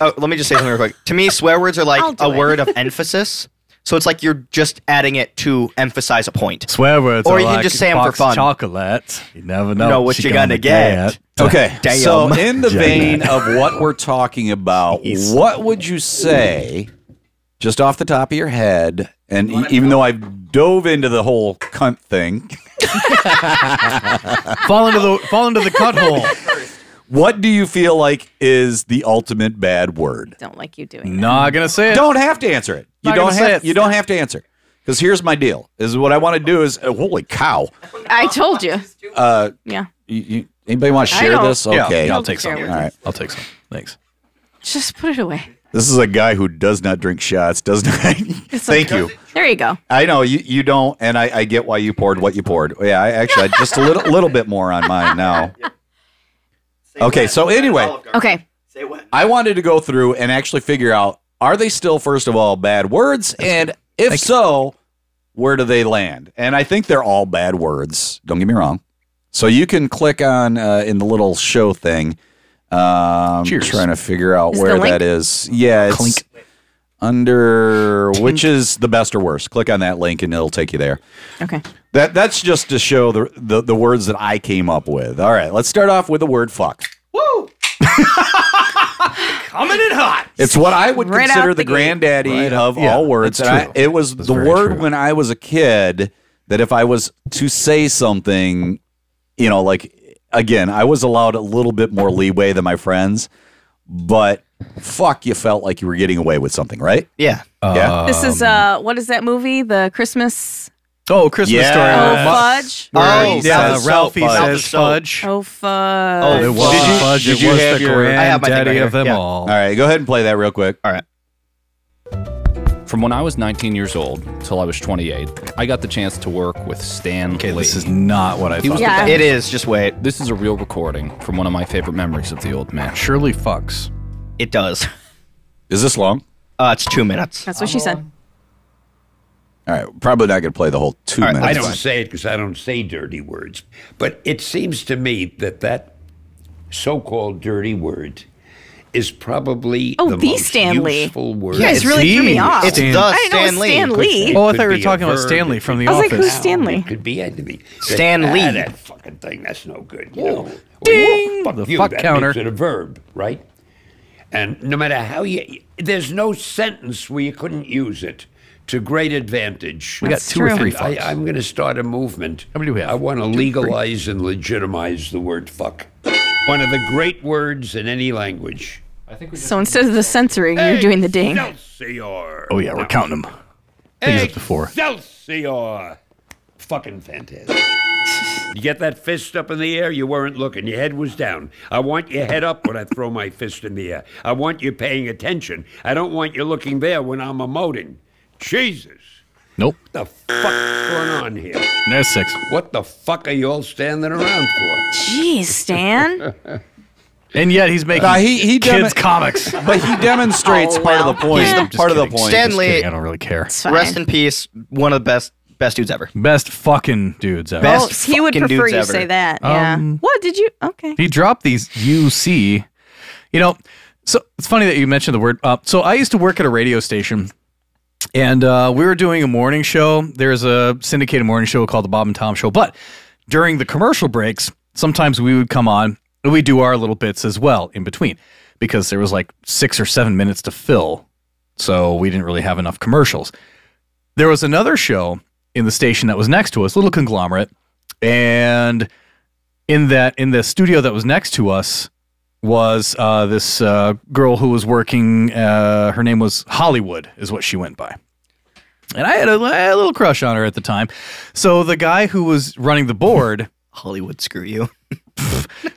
oh, let me just say something real quick. To me, swear words are
I'll
like
do
a
it.
word of emphasis. So it's like you're just adding it to emphasize a point.
Swear words,
Or
are
you can
like
just say 'em for
boxed
fun.
Chocolate. You never know,
Know what
she
you're gonna get.
Okay,
Damn.
so in the
Damn.
vein of what we're talking about,
Jeez.
what would you say, just off the top of your head? And e- even though I dove into the whole cunt thing,
fall into the fall into the cut hole.
what do you feel like is the ultimate bad word?
Don't like you doing that.
Not gonna say it.
don't have to answer it. You
Not
don't
gonna say
have
it.
you don't have to answer. Because here's my deal: is what I want to do is uh, holy cow.
I told you.
Uh,
Yeah.
you, you, anybody want to
I
share
don't-
this?
Yeah,
Okay,
I'll take some.
All
right.
I'll take some. Thanks.
Just put it away.
this is a guy who does not drink shots. Does not.
It's
Thank
okay.
you.
There you go.
I know you, you don't, and I, I get why you poured what you poured. Yeah, I actually I just a little little bit more on mine now. Okay, so anyway,
Okay.
I wanted to go through and actually figure out are they still first of all bad words, and if so, where do they land? And I think they're all bad words. Don't get me wrong. So you can click on uh, in the little show thing. Um,
Cheers.
Trying to figure out
Is it
where
the link?
that is. Yeah, it's
Clink.
under which is the best or worst. Click on that link and it'll take you there.
Okay.
That that's just to show the the, the words that I came up with. All right, let's start off with the word fuck.
Coming in hot.
It's what I would
Right
consider the,
out the gate.
granddaddy
Right out-
of
yeah,
all words.
that's
and I-
true.
it was
That's
the
very
word
true.
when I was a kid that if I was to say something, you know, like again, I was allowed a little bit more leeway than my friends, but fuck, you felt like you were getting away with something, right?
Yeah.
yeah.
This is uh what is that movie? The Christmas
Oh, Christmas
Yeah.
story.
Oh,
Mu-
fudge?
where
Oh,
he
yeah,
uh,
says,
the
Ralphie
soap fudge.
says fudge.
Oh, fudge.
Oh, it was
Did you-
fudge.
did
It
you
was
have
the
your- I have my thing
granddaddy
right
of them
here. Yeah. Uh,
all.
All right, go ahead and play that real quick.
All right.
From when I was 19 years old till I was 28, I got the chance to work with Stan okay, Lee.
this is not what I
He was
thought.
the
Yeah.
best.
It
is. Just wait.
This is a real recording from one of my favorite memories of the old man.
Surely fucks.
It does.
Is this long?
Uh, it's two minutes.
That's what she said.
All right, probably not going to play the whole two minutes.
I don't say it because I don't say dirty words, but it seems to me that that so-called dirty word is probably
Oh,
the,
the
most
Stan Lee.
useful word.
You guys really threw me off.
It's the
I didn't know it was
Stan
Stan Lee.
Oh, I thought we were talking about Stanley from The
I was like,
Office.
who's Stanley?
It could be anything.
Stan
that,
Lee.
"Ah, that fucking thing. That's no good. You know,
Ding!
Fuck
The
you.
fuck
that
counter.
makes it a verb, right? And no matter how you, there's no sentence where you couldn't use it to great advantage.
We got That's two or true. three
I,
fucks.
I'm going to start a movement. How
many do we have?
I want to
Two, three.
legalize and legitimize the word fuck. One of the great words in any language.
So instead of the censoring, you're doing the ding.
Excelsior.
Oh yeah, we're counting them. Things up to four.
Excelsior. Fucking fantastic. You get that fist up in the air, you weren't looking. Your head was down. I want your head up when I throw my fist in the air. I want you paying attention. I don't want you looking there when I'm emoting. Jesus.
Nope.
What the fuck's going on here?
There's six.
What the fuck are you all standing around for?
Jeez, Stan.
And yet he's making
Nah, he- he
kids
demo-
comics.
But he demonstrates part of the point.
Yeah.
Part of the point.
Stanley.
I don't really care.
fine.
Rest in peace. One of the best best dudes ever.
Best fucking dudes ever.
Best
oh, he would
fucking
prefer
dudes
you
ever.
say that. yeah.
Um,
What did you? Okay.
He dropped these UC. You know, so it's funny that you mentioned the word. Uh, so I used to work at a radio station, and uh, we were doing a morning show. There's a syndicated morning show called the Bob and Tom Show. But during the commercial breaks, sometimes we would come on and we do our little bits as well in between, because there was like six or seven minutes to fill, so we didn't really have enough commercials. There was another show in the station that was next to us, little conglomerate, and in that in the studio that was next to us was uh, this uh, girl who was working. Uh, her name was Hollywood, is what she went by. And I had a, li- a little crush on her at the time. So the guy who was running the board,
Hollywood, screw you.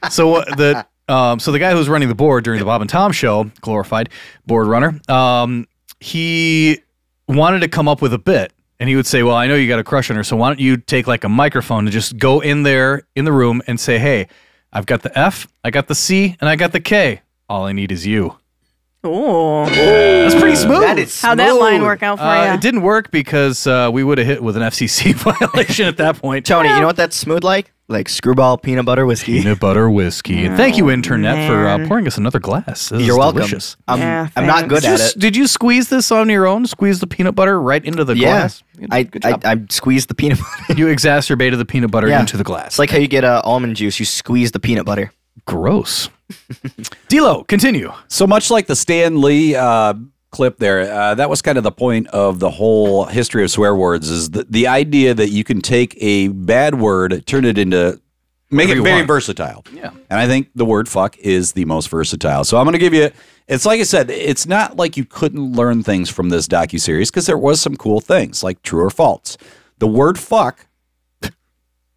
so uh, the um, so the guy who was running the board during the Bob and Tom show, glorified board runner, um, he wanted to come up with a bit, and he would say, "Well, I know you got a crush on her, so why don't you take like a microphone and just go in there in the room and say, hey, I've got the F, I got the C, and I got the K. All I need is you.'"
Oh.
That's pretty smooth.
That is How'd that line smooth. work out for
Uh,
ya?
It didn't work because uh, we would have hit with an FCC violation at that point.
Tony, you know what that's smooth like? Like screwball peanut butter whiskey.
Peanut butter whiskey. And thank you, Internet, for uh, pouring us another glass. This is
You're welcome.
delicious.
I'm, I'm not good
Did
at
you-
it.
Did you squeeze this on your own? Squeeze the peanut butter right into the
yeah,
glass?
I, I I squeezed the peanut butter.
You exacerbated the peanut butter
Yeah.
into the glass.
It's like how you get uh, almond juice. You squeeze the peanut butter.
Gross. Dilo, continue.
So much like the Stan Lee uh, clip there, uh, that was kind of the point of the whole history of swear words is the, the idea that you can take a bad word, turn it into, make
you
it very
want.
versatile. Yeah. And I think the word fuck is the most versatile. So I'm going to give you, it's like I said, it's not like you couldn't learn things from this docuseries because there was some cool things like true or false. The word fuck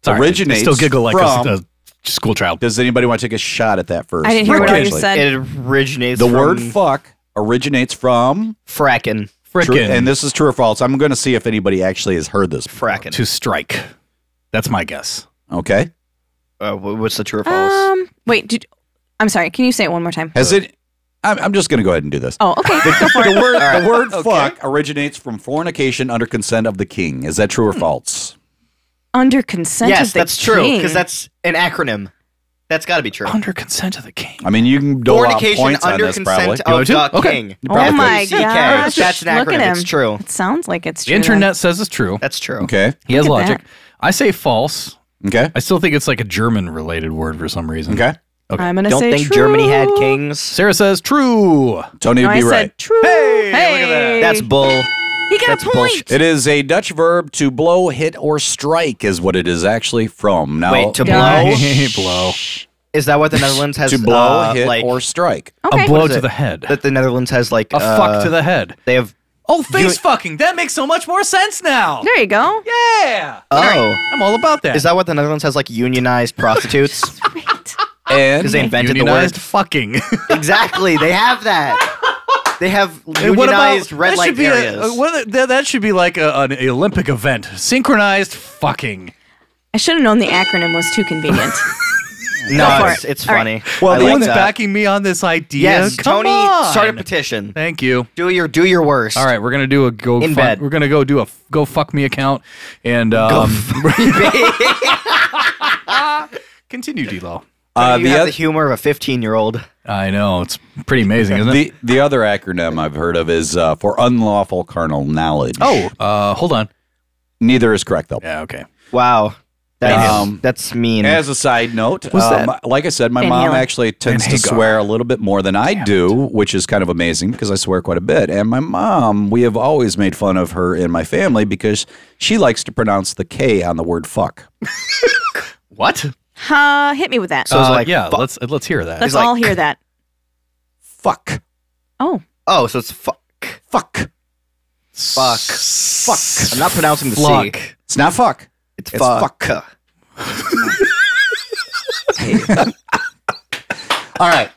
Sorry, I
originates
still giggle like a-
from,
a school child.
Does anybody want to take a shot at that first?
I didn't hear what you
Actually.
said.
It originates.
The
from
word fuck originates from
fracking.
True-
Frickin'
and this is true or false. I'm going to see if anybody actually has heard this.
Fracking.
to strike. That's my guess.
Okay.
Uh, wh- what's the true or false?
Um. Wait. Did, I'm sorry. Can you say it one more time?
Has it? I'm, I'm just going to go ahead and do this.
Oh, okay. Go for
The
it.
word, the word fuck originates from fornication under consent of the king. Is that true
Hmm.
or false?
Under consent.
yes,
of the
that's true
king.
because that's an acronym. That's got to be true.
Oh,
Under consent of the king.
I mean, you can dole out
Fornication
points on
under
this probably.
consent of
You
the
want to? Okay.
king.
You
Oh
probably
my
FCK.
gosh.
That's an
Look at
acronym. It's
him.
true.
It sounds like it's
The
true.
internet says it's true.
That's true.
Okay.
He has
Look at
logic. I say false.
Okay.
I still think it's like a German related word for some reason.
Okay.
Okay.
I'm gonna
Don't
say
think
true.
Germany had kings.
Sarah says true.
Tony
No,
would
I
be
said
right.
true. Hey,
That's bull.
he got
that's
a point.
bullshit.
It is a Dutch verb to blow, hit, or strike, is what it is actually from. Now,
Wait, to blow?
blow.
Is that what the Netherlands has?
to blow,
uh,
hit,
like
or strike.
Okay.
A blow
What is
to
it? Uh,
the head.
that the Netherlands has like uh,
a fuck to the head.
They have
Oh, face fucking. That makes so much more sense now.
There you go.
Yeah.
Oh,
I'm all about that.
Is that what the Netherlands has like unionized prostitutes?
And
because they invented
unionized
the word
fucking.
exactly, they have that. They have
And
unionized
what about-
red
that
light
should be a-
areas.
uh, what- that, that should be like a, an Olympic event. Synchronized fucking.
I should have known the acronym was too convenient.
no,
Go for
it's,
it.
it's
All
funny.
Well,
I
the
like
one's
that.
backing me on this idea.
Yes,
Come
Tony,
on.
start a petition.
Thank you.
Do your do your worst.
All right, we're gonna do a go.
In
fuck-
bed.
We're gonna go do a f- go fuck me account and um, continue, D-Lo.
Uh,
you
the
have
oth-
the humor of a 15 year old.
I know it's pretty amazing, isn't
the the other acronym I've heard of is uh, for unlawful carnal knowledge.
Oh, uh, hold on.
Neither is correct though.
Yeah. Okay.
Wow, that's
Um,
that's mean.
As a side note,
What's
um,
that?
like I said, my
Van
mom
Halen.
actually tends to
Hagar.
swear a little bit more than I do, which is kind of amazing because I swear quite a bit. And my mom, we have always made fun of her in my family because she likes to pronounce the K on the word fuck.
What?
Uh, hit me with that.
So it's Uh, like,
yeah,
fuck.
let's let's hear that.
Let's all hear that.
Fuck.
Oh.
Oh, so it's fuck.
Fuck.
Fuck.
Fuck.
I'm not pronouncing the
Fuck.
C.
It's not fuck.
It's,
It's
fuck.
All right.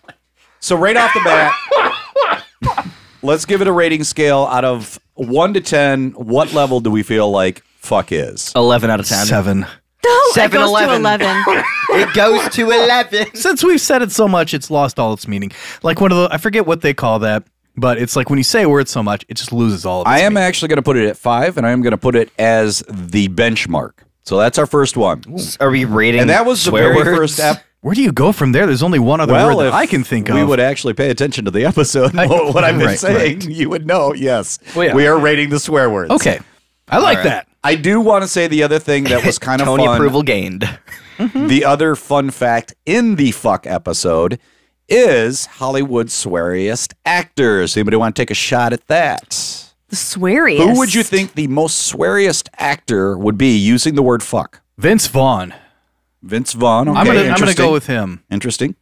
So right off the bat, let's give it a rating scale out of one to ten. What level do we feel like fuck
Oh,
is?
11 out of 10.
Seven.
No, it goes
7-Eleven.
to 11.
It goes to 11.
Since we've said it so much, it's lost all its meaning. Like one of the I forget what they call that, but it's like when you say a word so much, it just loses all of its
I am actually going to put it at five, and I am going to put it as the benchmark. So that's our first one.
Are we rating?
And that was the
swear
very
words?
first ep-
Where do you go from there? There's only one other
Well,
word
if
that I can think
We
of.
would actually pay attention to the episode. and What, what I've been
Right,
saying, you would know. Yes,
Well, yeah.
we are rating the swear words.
Okay. I like that.
I do want to say the other thing that was kind of
Tony
fun.
approval gained.
The other fun fact in the fuck episode is Hollywood's sweariest actors. Anybody want to take a shot at that?
The sweariest.
Who would you think the most sweariest actor would be using the word fuck?
Vince Vaughn.
Vince Vaughn. Okay,
I'm gonna I'm gonna
interesting.
go with him.
Interesting.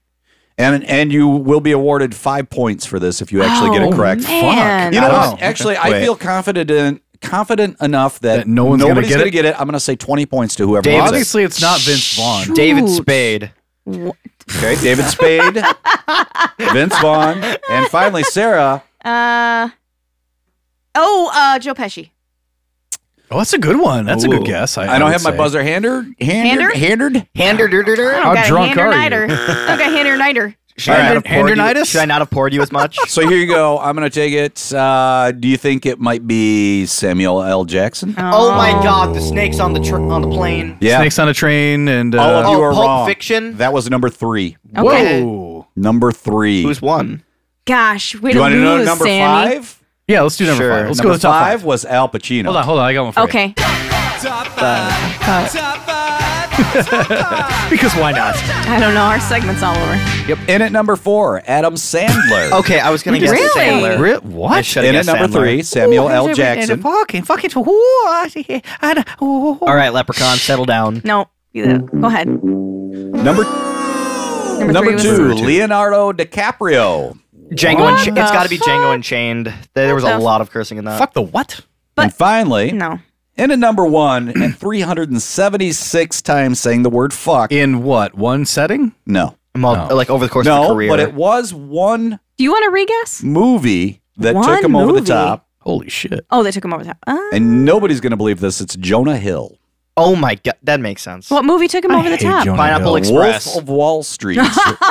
And and you will be awarded five points for this if you actually get it
Oh,
correct.
man.
You know
Wow.
what? Actually, I
Wait.
feel confident in confident enough that,
That no one's gonna
nobody's
get
gonna
it?
get it. I'm gonna say twenty points to whoever.
David-
wins it.
Obviously, it's not Vince Vaughn.
David Spade.
Okay, David Spade, Vince Vaughn, and finally Sarah.
Uh, oh, uh, Joe Pesci.
Oh, that's a good one. That's a
Ooh.
good guess. I,
I, don't
would
have my
say.
buzzer hander, hander,
Hander?
handered.
Hander.
I
Should
don't
How
got a
drunk
hander
are you?
niter. I don't got hander niter.
I
Alright.
not have poured you?
Handeritis?
Should I not have poured you as much?
So here you go. I'm going to take it. Uh, do you think it might be Samuel L. Jackson?
oh. my God! The snakes on the tr- on the plane.
Yeah.
Snakes on a train and uh,
All of you
Oh,
are
Pulp
wrong.
Fiction?
That was number three.
Okay.
Whoa.
Number three.
Who's one?
Gosh, way
do you
to
want to know
lose,
number
Sammy.
five?
Yeah, let's do number
Sure.
five. Let's
number
go to the top
five,
five.
was Al Pacino.
Hold on, hold on. I got one for
Okay.
you. Because why not?
I don't know. Our segment's all over.
Yep. In at number four, Adam Sandler.
Okay, I was gonna guess
Really?
Sandler.
Re-
I
what?
should've
In at
guessed
number
Sandler.
three, Samuel L. Jackson.
Fucking, fucking.
All right, Leprechaun, settle down.
No, you-
Mm-hmm.
go ahead. Number,
Number number
three
two,
was
Leonardo DiCaprio.
Django,
What
and Ch-
the
it's got to be Django Unchained. There was
What
a
the
lot of cursing in that.
Fuck the what?
But-
and finally,
no.
in at number one, and 376 times saying the word fuck.
In what? One setting?
No.
I'm all-
No.
Like over the course of a
No,
career.
but it was one
Do you want to reguess?
movie that
One
took him over the
movie?
top,
Holy shit.
Oh, they took him over the top. Uh,
and nobody's going to believe this. It's Jonah Hill.
oh my god, that makes sense.
what movie took him over the top?
Pineapple
Hill.
Ex- Express.
Oh Wolf of Wall Street,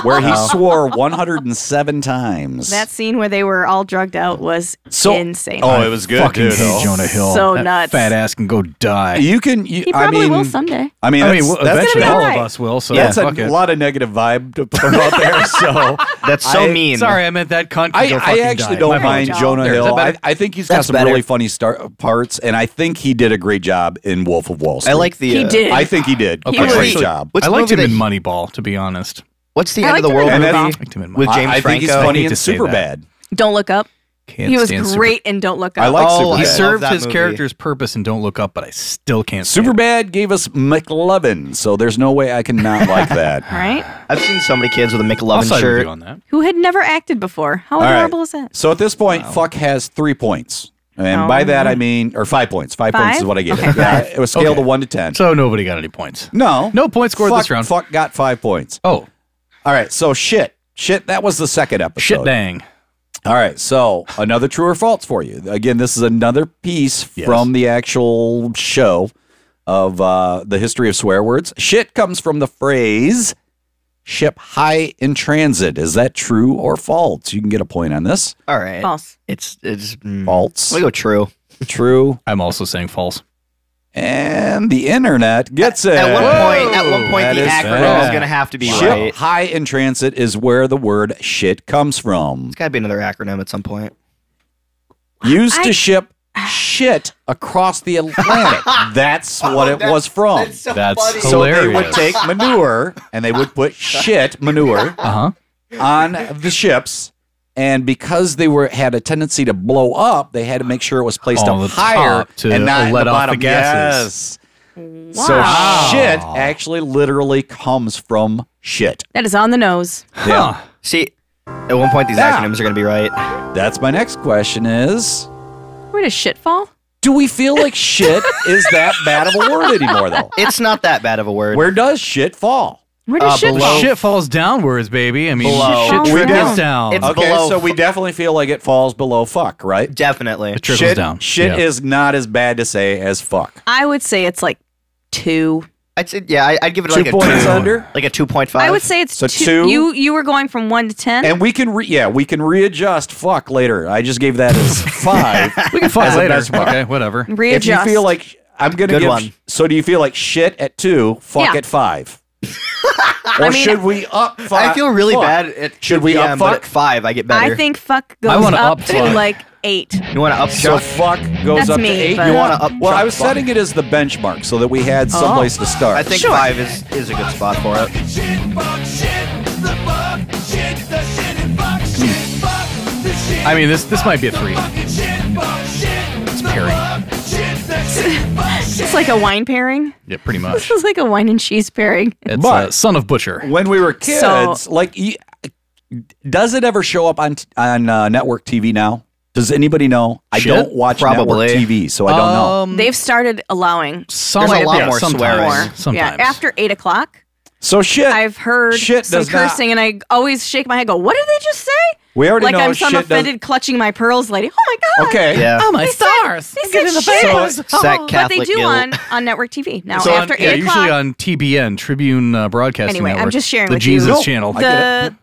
where he swore 107 times.
That scene where they were all drugged out was
So-
insane.
Oh, it was good,
Fucking
dude.
hate Jonah Hill.
So
That
nuts.
Fat ass can go die.
You can. You,
he probably
I mean,
will someday.
I mean,
I
that's,
mean, well,
that's,
eventually
gonna be
all
alright.
of us will. So
that's
fuck
a
it.
lot of negative vibe to throw out there. So
That's so
I-
mean.
Sorry, I meant that cunt. Can
I,
go
I
fucking
actually
die.
don't
My
mind
apologies.
Jonah
There, is
Hill.
that
I,
better?
I think he's got
That's
some
better.
really funny star parts, and I think he did a great job in Wolf of Wall Street.
I like the.
He
uh,
did.
I think he did.
Okay.
A
What's
great
the-
job.
What's
I
the
liked
movie
him in
that-
Moneyball, to be honest.
What's the
I
end of
liked
the
him
world
in
And
movie
that's-
Liked him in Moneyball.
with
I-
James
I, think he's
Franco?
funny
I hate
in
to say
super bad.
Don't look up.
Can't
he was
stand Superbad.
great in Don't Look Up.
I like
Oh,
Superbad.
I
He
love
served
that
his
movie.
character's purpose and Don't Look Up, but I still can't. stand it.
Superbad gave us McLovin, so there's no way I can not like that.
right?
I've seen so many kids with a
I'll
McLovin
side with
shirt.
you on that.
Who had never acted before. How
right.
adorable is that?
So at this point, Fuck has three points. And
Oh.
by that I mean, or five points. Five, points is
Five?
what I gave
Okay,
it. Yeah,
five.
it was scaled
Okay.
to one to ten.
So nobody got any points.
No,
no points scored
fuck,
this round.
Fuck got five points.
Oh,
all right. So shit, shit. That was the second episode.
Shit dang.
All right. So another true or false for you. Again, this is another piece from the actual show of uh, the history of swear words. Shit comes from the phrase "ship high in transit." Is that true or false? You can get a point on this.
All right.
False.
It's it's mm,
False.
We go true.
True.
I'm also saying false.
And the internet gets it.
At one point, at one point,
That
the
is
acronym is
bad.
going to have to be
Ship
right.
high in transit is where the word shit comes from.
It's got to be another acronym at some point.
Used to ship shit across the Atlantic. that's what it was from. That's
so
That's funny.
so they would
hilarious.
take manure and they would put shit manure
uh-huh.
on the ships. And because they were had a tendency to blow up, they had to make sure it was placed
On
up
the
higher
top to
and not in
let
the
off the
bottom.
gases. Oh.
Yes. So
Wow.
shit actually literally comes from shit.
That is on the nose.
Yeah.
See, at one point, these
Yeah.
acronyms are going to be right.
That's my next question is
Where does shit fall?
Do we feel like shit is that bad of a word anymore though?
It's not that bad of a word.
Where does shit fall?
Where
does Ah, shit fall?
Shit falls downwards, baby. I mean,
Below.
shit
We
trickles
def-
down.
okay, so we definitely feel like it falls below fuck, right?
Definitely. It
trickles
shit,
down.
Shit
Yeah.
is not as bad to say as fuck.
I would say it's like two.
I'd say, yeah, I- I'd give it
Two
like a
points
two,
under?
like a two point five.
I would say it's
Uh, So
two.
two?
You you were going from one to ten.
And we can re- yeah, we can readjust fuck later. I just gave that as 5.
we can
as
fuck
a
later.
benchmark.
Okay, whatever.
If you feel like I'm going to
Good
give
one.
So do you feel like shit at 2, fuck
Yeah.
at 5? or
I mean-
should we up fuck?
I feel really
fuck?
bad. At
Should we
2
up
PM, but
fuck?
at five? I get better.
I think fuck
I
goes
wanna
up,
up
to
fuck.
like eight.
you want to up.
So fuck goes
That's
up
me,
to eight.
but- You wanna
up
Well, I was
fuck.
setting it as the benchmark so that we had
Oh.
someplace to start.
I think five is is a good spot for it.
I mean, this this might be a three. It's pairing.
it's like a wine pairing.
Yeah, pretty
This
much.
is like a wine and cheese pairing.
It's
But-
uh, son of butcher.
when we were kids,
So-
like, y- does it ever show up on t- on uh, network TV now? Does anybody know? I
Shit,
don't watch
probably.
network TV, so I don't know.
They've started allowing
Some,
There's a lot
yeah,
more
sometimes.
swearing.
Sometimes.
Yeah, after eight o'clock,
So shit,
I've heard
Shit
some
does not-
cursing, and I always shake my head. Go, what did they just say?
we already
like
know
I'm
shit
some
does-
offended, clutching my pearls, lady. Oh my god.
Okay,
Yeah.
Oh my
They said-
stars!
They said
So,
shit.
Oh,
it's that
But they
Catholic
do
guilt.
on on network TV now
So on-
after
yeah,
eight o'clock.
usually on TBN, Tribune uh, Broadcasting
anyway,
Network.
I'm just sharing
the
with
Jesus
you.
Channel.
The,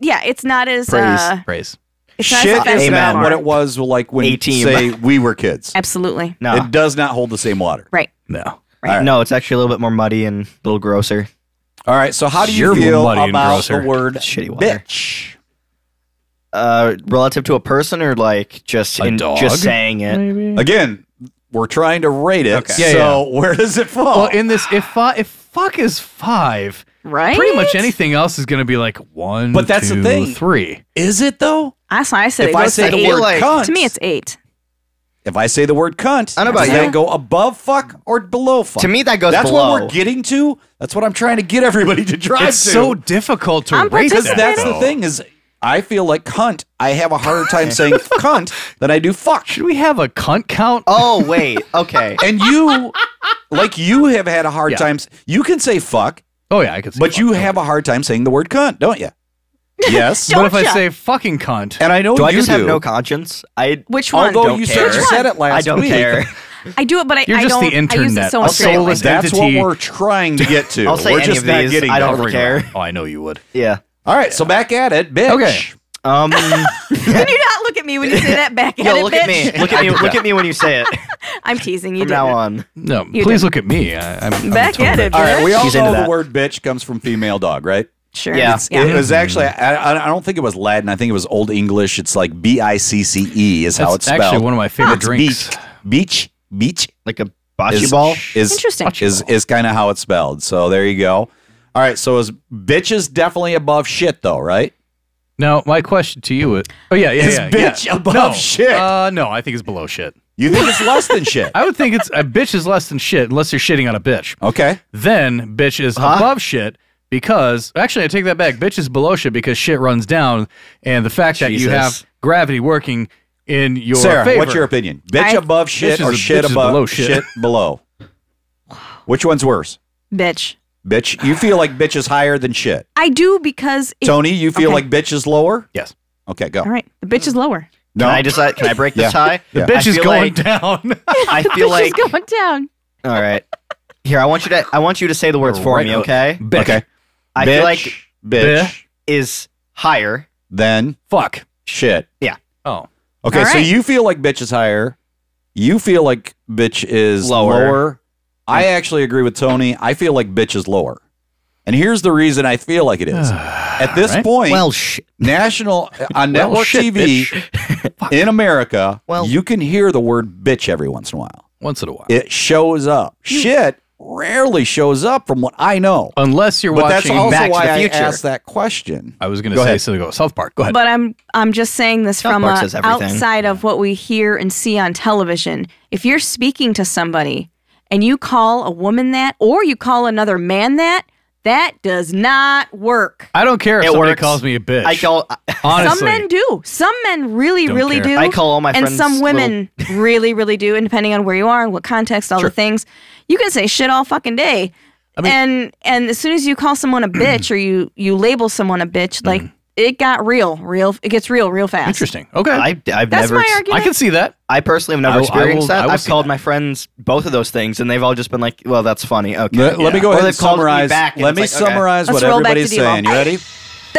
yeah, it's not as uh,
Praise.
it's not as
shit is
offensive
not
anymore.
what it was like when
A-team.
say we were kids.
Absolutely
No,
It does not hold the same water.
right.
No.
All right.
no, it's actually a little bit more muddy and a little grosser.
All right. So how do you
You're
feel
muddy and
about the
grosser.
word
Shitty water.
bitch?
Uh, relative to a person or like just
A
in,
dog?
just saying it.
Again, we're trying to rate it.
Okay.
Yeah,
so where does it fall?
Well, in this, if fi- if fuck is five,
Right.
pretty much anything else is going to be like one.
But that's the
two,
thing.
Three.
is it though?
That's why I said
If
it
I
goes
say
to
the
eight.
word
Like-
cunt,
to me, it's eight.
If I say the word cunt,
I don't know
does
about
that
you.
go above fuck or below fuck?
To me, that goes
That's
below.
what we're getting to. That's what I'm trying to get everybody to drive
It's
to.
so difficult to
I'm
rate
because
that.
participating.
that's the
though.
thing is, I feel like cunt. I have a harder time saying cunt than I do fuck.
Should we have a cunt
Uh,
count?
oh wait, okay.
And you, like you, have had a hard
Yeah.
time. s- You can say fuck,
Oh yeah, I could. Say
but
fuck.
you have a hard time saying the word cunt, don't you? Yes.
But if I
Don't ya?
say fucking cunt,
and I know
Do
you
I just
do.
have no conscience? I
Which one?
Although
Don't
you
care.
said you said it last
I don't
week.
care.
I do it, but I,
You're
I
just
don't.
the
I use it
internet,
so
a soulless
infrequently.
That's
Identity.
what we're trying to get to.
I'll say
we're
any
just
of
not
these.
getting
I don't
there.
really care.
oh, I know you would.
Yeah.
All right, so back at it, bitch.
Okay.
Um.
Can you not look at me when you say that back
yeah.
at it,
Look at
bitch?
me. Look at me. Look at me when you say it.
I'm teasing you.
From
didn't
now
I?
on.
No,
You
please
did.
look at me. I, I'm I'm
Back
totally-
at it.
All
bitch.
right, we all
She's into
know the
that.
word bitch comes from female dog, right?
Sure.
Yeah.
Yeah.
It was actually, I, I- I don't think it was Latin. I think it was Old English. It's like B I C C E is how
That's
it's spelled.
actually one of my favorite
It's
drinks.
Beach, beach, beach
Like a
is,
bocce ball.
is
Interesting.
Is is kind of how it's spelled. So there you go. All right, so is bitch is definitely above shit though, right?
Now, my question to you is, oh yeah, yeah,
Is
yeah,
bitch
yeah.
above
no.
shit?
Uh, no, I think it's below shit.
You think it's less than shit?
I would think it's a bitch is less than shit unless you're shitting on a bitch.
Okay.
Then bitch is above shit because actually I take that back. Bitch is below shit because shit runs down, and the fact that you
Jesus.
have gravity working in your
Sarah,
favor.
what's your opinion? Bitch
I-
above
This
shit
is
or
a-
shit
this is
above
below
shit.
shit.
below? Which one's worse?
bitch.
Bitch, you feel like bitch is higher than shit.
I do because it-
Tony, you feel
Okay.
like bitch is lower?
Yes.
Okay, go.
all right. The bitch is lower.
No,
Can I decide? Can I break this
Yeah.
tie?
The
I
bitch is
feel
going
like-
down.
I
the
feel
bitch
like
is going down.
all right. Here, I want you to I want you to say the words for
Right
me,
hook.
okay?
Bitch. Okay.
I
Bitch,
feel like
bitch.
is higher.
Then
fuck
shit.
Yeah.
Oh.
Okay,
All
so
right.
you feel like bitch is higher. You feel like bitch is lower.
Lower.
I actually agree with Tony. I feel like bitch is lower. And here's the reason I feel like it is. At this
Alright.
point,
Well, shit.
national uh, on
Well,
network
shit,
TV in America,
Well-
you can hear the word bitch every once in a while.
Once in a while.
It shows up. Shit rarely shows up from what I know.
Unless you're
but
watching
that's also
Back to
why
the
I
Future.
asked that question.
Uh,
I was going to
Go
say
ahead.
something about South Park. Go ahead.
But I'm I'm just saying this from
Park
a
says everything.
outside of what we hear and see on television. If you're speaking to somebody and you call a woman that, or you call another man that, that does not work.
I don't care if
It
somebody
works.
calls me a bitch.
I
call
honestly.
Some men do. Some men really,
Don't
really
care.
do.
I call all my
and
friends
some women really, really do. And depending on where you are and what context, all the things, you can say shit all fucking day. and and as soon as you call someone a bitch or you you label someone a bitch,
Mm.
like it got real, real. It gets real, real fast.
Interesting. Okay.
I, I've
That's
never.
my argument. I can
see that.
I personally have
I
never
will- I will-
experienced
I
that.
will
I've
see
called my friends both of those things, and they've all just been like, "Well, that's funny." Okay.
Let, let me
Yeah.
go
Or
ahead
they've
and
called
summarize.
back, and
let
it's
me
like, okay.
summarize
Let's
what
roll back to
everybody's
Devo.
saying. You ready?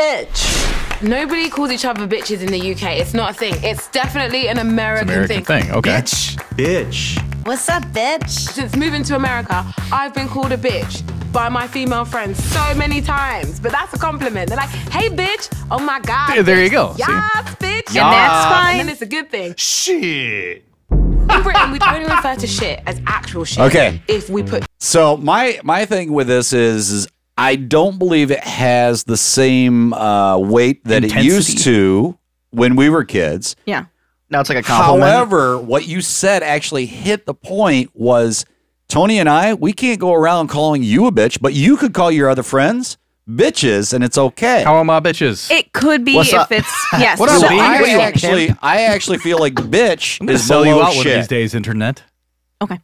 Bitch. Nobody calls each other bitches in the UK. It's not a thing. It's definitely an American,
American thing. Okay.
Bitch.
Bitch.
What's up, bitch? Since moving to America, I've been called a bitch by my female friends so many times, but that's a compliment. They're like, "Hey, bitch! Oh my god!"
There- there you
bitch.
go. See?
Yes, bitch.
And that's fine.
And then it's a good thing.
Shit.
In Britain, we'd only refer to shit as actual shit.
Okay.
If we put
So my my thing with this is, is I don't believe it has the same uh, weight that it used
Intensity.
to when we were kids.
Yeah.
Now it's like a compliment.
However, what you said actually hit the point was Tony and I, we can't go around calling you a bitch, but you could call your other friends bitches and it's okay.
How are my bitches?
It could be
What's
if
up?
it's yes.
What
so
up, B?
I-
I actually, I actually feel like bitch
I'm gonna
is
sell
below
you out
shit.
one of these days, internet.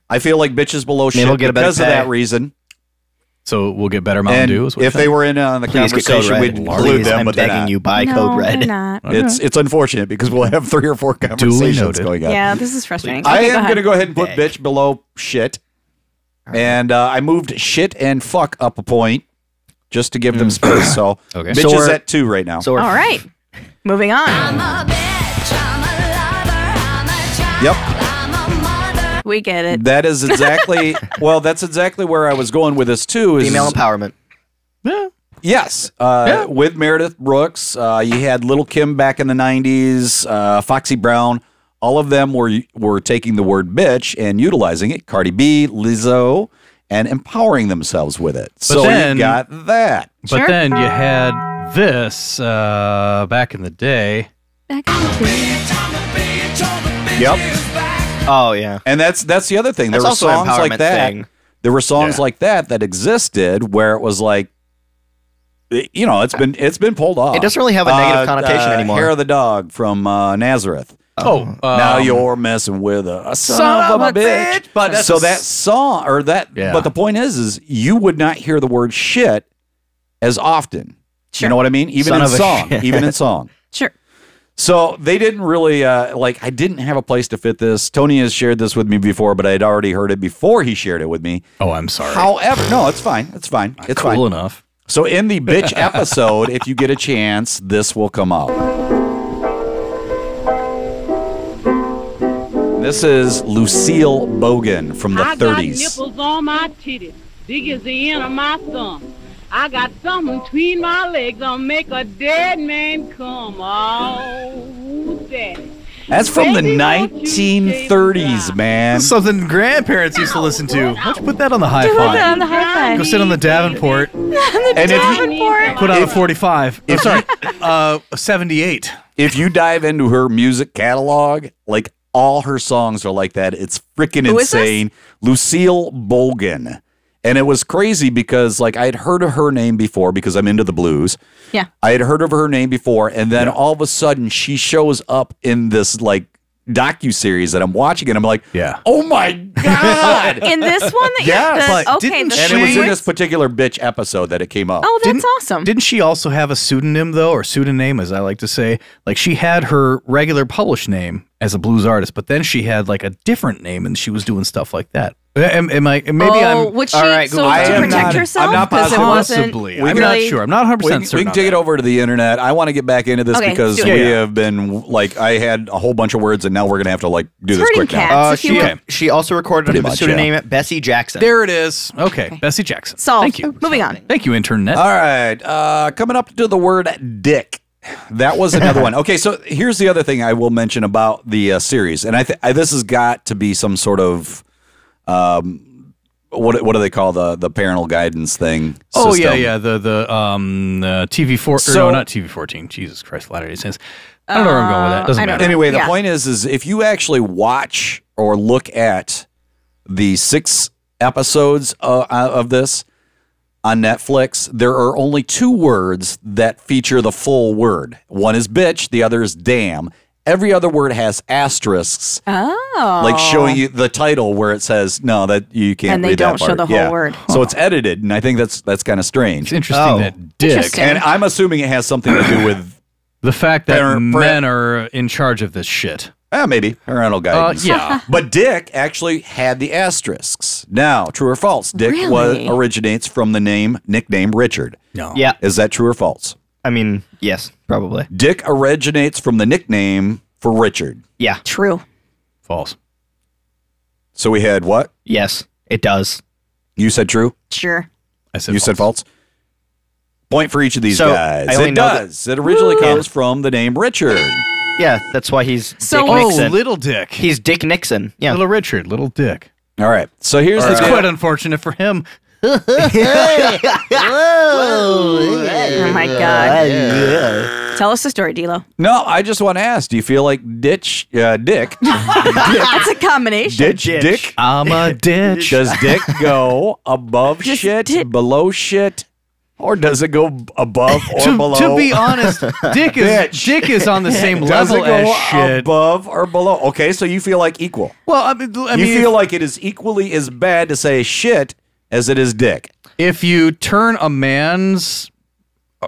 I feel like bitch is below
Maybe
shit
we'll get a better
because of
pay.
that reason.
So we'll get better Mountain
And
Dew. Is what
if they were in on the
Please get Code
conversation,
Red.
we'd include
Please,
them.
I'm
but they're
begging
not.
you, buy
No, Code Red. they're not.
It's it's unfortunate because we'll have three or four conversations
noted.
going on.
yeah, this is frustrating.
I
Okay, go
am
ahead.
going to go ahead and put bitch below shit, and uh, I moved shit and fuck up a point just to give them space. So
Mm. Okay.
bitch
So
is
we're-
at two right now.
So
All right. Moving on.
yep,
We get it.
that is exactly. well, that's exactly where I was going with this too. Is
Female empowerment.
Yes, uh, with Meredith Brooks, uh, you had Little Kim back in the '90s, uh, Foxy Brown. All of them were were taking the word bitch and utilizing it. Cardi B, Lizzo, and empowering themselves with it. so
then-
you got that.
But then you had this uh, back in the day.
Yep.
Oh yeah.
And that's that's the other thing. There
That's
were
also an
songs like
empowerment
that.
thing.
There were songs like that that existed where it was like, you know, it's been it's been pulled off.
It doesn't really have a negative connotation
uh,
anymore.
Hair of the dog from uh, Nazareth.
Oh,
now
um,
you're messing with a, a son, of, a bitch.
But that's
so
a
that song or that.
Yeah.
But the point is, is you would not hear the word shit as often. You know what I mean? Even
Son
in
of a
song.
shit.
Even in song.
Sure.
So they didn't really uh, like. I didn't have a place to fit this. Tony has shared this with me before, but I had already heard it before he shared it with me.
Oh, I'm sorry.
However, no, it's fine. It's fine. It's
cool
fine.
enough.
So in the bitch episode, if you get a chance, this will come up. This is Lucille Bogan from the
I got
30s.
nipples on my titties, big as the end of my thumb. I got something between my legs that'll make a dead man come. Oh, daddy.
That's from the 1930s, man.
That's something grandparents used to listen to. Why don't you put that on the high
Put that
five?
on the high
Go
five.
sit on the Davenport.
the
And if you-
Davenport.
Put on a 45. I'm sorry, uh, 78.
If you dive into her music catalog, like all her songs are like that. It's freaking
Who is this?
insane. Lucille Bogan. And it was crazy because like I'd heard of her name before because I'm into the blues.
Yeah.
I had heard of her name before, and then all of a sudden she shows up in this like docu series that I'm watching, and I'm like, yeah, oh my god.
In this one that
Yes.
you the, okay, the
and it was in
Squidward-
this particular bitch episode that it came up.
Oh, that's
Didn't-
awesome.
Didn't she also have a pseudonym though, or pseudonym, as I like to say? Like she had her regular published name as a blues artist, but then she had like a different name, and she was doing stuff like that. Am, am I? Maybe
Oh,
I'm.
would she- All right, so Google to that. protect herself?
I'm not
'Cause it
positive.
wasn't
We
I'm
can-
not sure. I'm not 100
we can-
percent certain.
We can dig it over to the internet. I want to get back into this
Okay,
because
do
we
it. Yeah.
have been like I had a whole bunch of words, and now we're gonna have to like do this quick now. Oh,
Uh, she, she also recorded
Pretty
under the
much,
pseudonym Bessie Jackson.
There it is. Okay, Bessie Jackson.
Solved.
Thank you.
Moving on.
Thank you, internet.
All right, uh, coming up to the word dick. That was another one. Okay, so here's the other thing I will mention about the uh, series, and I, th- I this has got to be some sort of um, what what do they call the the parental guidance thing?
Oh yeah,
system?
yeah. The the um uh, TV four.
So-
no, not TV fourteen. Jesus Christ, Latter Day Saints. I don't know where I'm going with
Uh,
that. Doesn't matter.
Anyway, the point is, is if you actually watch or look at the six episodes uh, of this on Netflix, there are only two words that feature the full word. One is bitch, the other is damn. Every other word has asterisks,
Oh.
like showing you the title where it says no that you can't.
And they
read that
don't show
part."
the whole
Yeah.
word.
so it's edited, and I think that's that's kind of strange. It's
interesting that dick- Interesting.
and I'm assuming it has something to do with
the fact that
Parent-
men are in charge of this shit.
Ah, maybe parental guidance.
Uh, yeah.
but Dick actually had the asterisks. Now, true or false? Dick was,
Really?
originates from the name nickname Richard.
No.
Yeah.
Is that true or false?
I mean, yes, probably.
Dick originates from the nickname for Richard.
Yeah.
True.
False.
So we had what?
Yes, it does.
You said true.
Sure.
I said
you said false. Point for each of these
So,
guys.
I only
It
know that-
does. It originally
Woo.
comes from the name Richard.
Yeah, that's why he's
So-
Dick
Oh,
Nixon.
Little Dick.
He's Dick Nixon. Yeah.
Little Richard, little Dick.
All right. So here's
It's
the
quite unfortunate for him.
Oh my god. Tell us the story, Dilo.
No, I just want to ask. Do you feel like ditch uh, Dick?
That's a combination.
Ditch, Dick.
I'm a ditch.
Does Dick go above shit, below shit, or does it go b- above or
To-
below?
to be honest, Dick is-
Bitch.
Dick is on the same
does
level
it go
as shit.
Above or below? Okay, so you feel like equal.
Well, I mean, I
you
mean,
feel
if-
like it is equally as bad to say shit as it is dick.
if you turn a man's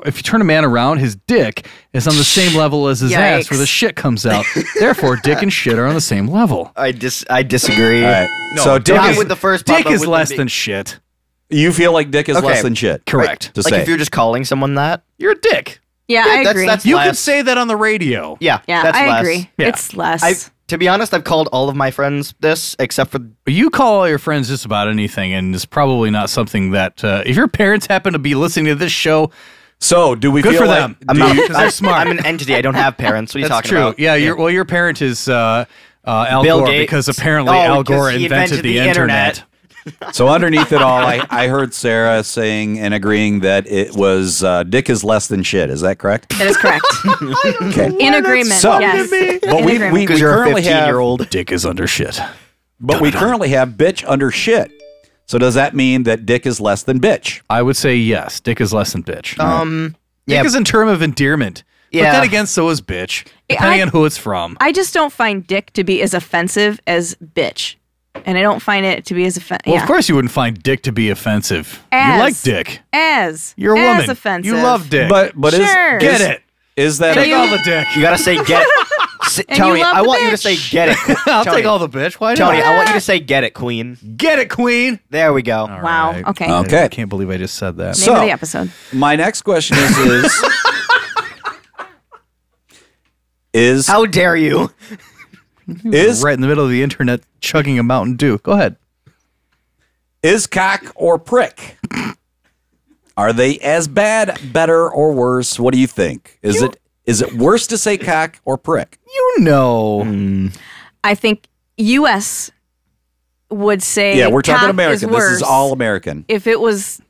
if you turn a man around, his dick is on the same level as his ass
Yikes.
where the shit comes out. Therefore, dick and shit are on the same level.
I dis I disagree.
All right.
No,
so dick
not
is,
with the first part,
Dick
but
is
with
less
the big-
than shit.
you feel like dick is
Okay.
less than shit.
Correct.
To
like
say.
if you're just calling someone that.
You're a dick.
Yeah, I
that's-
agree.
that's
you
less.
could say that on the radio.
Yeah.
Yeah,
that's
I
less.
agree. Yeah. It's less.
I've- to be honest, I've called all of my friends this except for
You call all your friends just about anything, and it's probably not something that uh, if your parents happen to be listening to this show.
So do we
Good
feel
for
like-
them?
do you-
because they're smart.
I'm an entity. I don't have parents. What are you
That's
talking
true.
about?
Yeah, Your, well, your parent is uh, uh, Al
Bill
Gore
Gates.
because apparently
Oh,
Al
because
Gore
he
invented,
invented
the,
the
internet.
internet.
So underneath it all, I, I heard Sarah saying and agreeing that it was uh, dick is less than shit. Is that correct?
That is correct.
Okay.
In agreement.
So-
yes.
But
In
we,
agreement.
we, we currently have
old dick is under shit.
But we currently have bitch under shit. So does that mean that dick is less than bitch?
I would say yes. Dick is less than bitch.
Um,
Uh, dick
yeah.
is in term of endearment. But
Yeah.
then again, so is bitch,
Yeah,
depending
I-
on who it's from.
I just don't find dick to be as offensive as bitch. And I don't find it to be as offensive.
Well, of course you wouldn't find dick to be offensive.
As-
you like dick.
As.
You're a
as
woman.
offensive.
You love dick.
But but
Sure.
is
Get
is-
it.
Is that
Take all the dick.
You gotta say get. S-
And
Tony,
you love
I
the
want you to
bitch.
say get it.
I'll
Tony,
take all the bitch. Why
Tony,
not?
I want you to say get it, Queen.
Get it, Queen.
There we go.
Wow. Okay.
Okay.
I can't believe I just said that.
Name of the episode.
My next question is is, is
How dare you?
Is-
right in the middle of the internet chugging a Mountain Dew. Go ahead.
is cock or prick? Are they as bad, better, or worse? What do you think? Is it is it worse to say cock or prick?
You know.
Mm.
I think U.S. would say.
Yeah, we're talking
cock
American.
Is
This is
worse.
all American.
If it was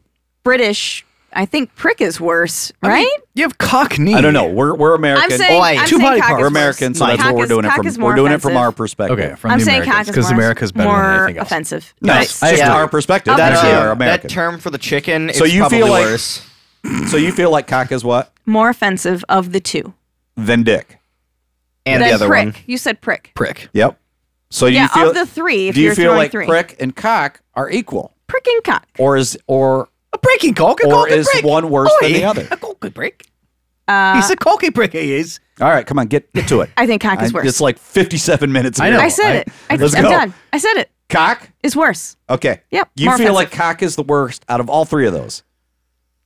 British, I think prick is worse,
I
right?
mean, you have cockney.
I don't know. We're we're American.
I'm saying- I'm saying cock is
We're
worse.
American, so
Mine.
that's what
Cock
we're
is-
doing it
cock
from.
is
We're
more
doing it from our
offensive.
perspective.
Okay,
I'm saying cock is
because
more-
America's better
more
than anything else.
offensive.
No,
Right.
it's just our perspective.
That,
That's
uh,
our American.
that term for the chicken is
So you
probably
feel like
worse.
so you feel like cock is what
More offensive of the two.
than dick.
And
Then
the other
prick.
one.
You said prick.
Prick.
Yep. So you
yeah,
feel
of the three, if
do
you're
you feel
throwing
like
three.
prick and cock are equal,
prick and cock,
or is or
a breaking cock,
or is one worse than the other?
Uh,
He's a cocky prick. He is.
All right, come on, get get to it.
I think cock is
I-
worse.
It's like fifty-seven minutes. Ago.
I said it. I,
Let's
I'm
go.
done. I said it.
Cock
is worse.
Okay.
Yep,
You
more
feel
offensive.
like cock is the worst out of all three of those.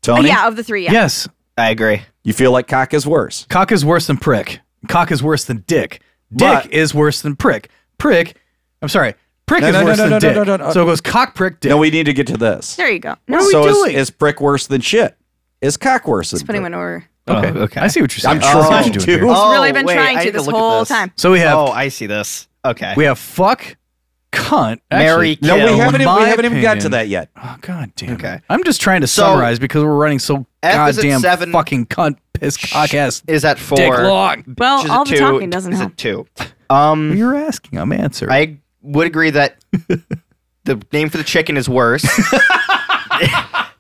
Tony.
Yeah, of the three. Yeah.
Yes.
I agree.
You feel like cock is worse.
Cock is worse than prick. Cock is worse than dick. Dick
But-
is worse than prick. Prick. I'm sorry. Prick
No,
is
no, no,
worse
no,
than
no,
dick.
no, no, no.
So it goes cock, prick, dick.
No, we need to get to this.
There you go.
What are we
so is-
doing?
Is, prick worse than shit? Is cock worse than?
Just putting one over.
Okay. okay. I see what you're saying.
I'm trying to.
He's
He's really been trying to this whole time.
So we have.
Oh, I see this. Okay.
We have fuck, cunt,
Marry,
actually,
kill.
in
No, we haven't even- we
my
haven't even got to
opinion-
that
yet.
Oh god damn.
Okay.
it. I'm just trying to
So-
summarize because we're running so
F is at
goddamn
seven.
fucking cunt piss cock ass.
Is that four?
Dick long.
Well,
Which is a
Oh, all the
two.
talking doesn't
Is a
help.
two. Um,
you're asking. I'm answering.
I would agree that the name for the chicken is worse.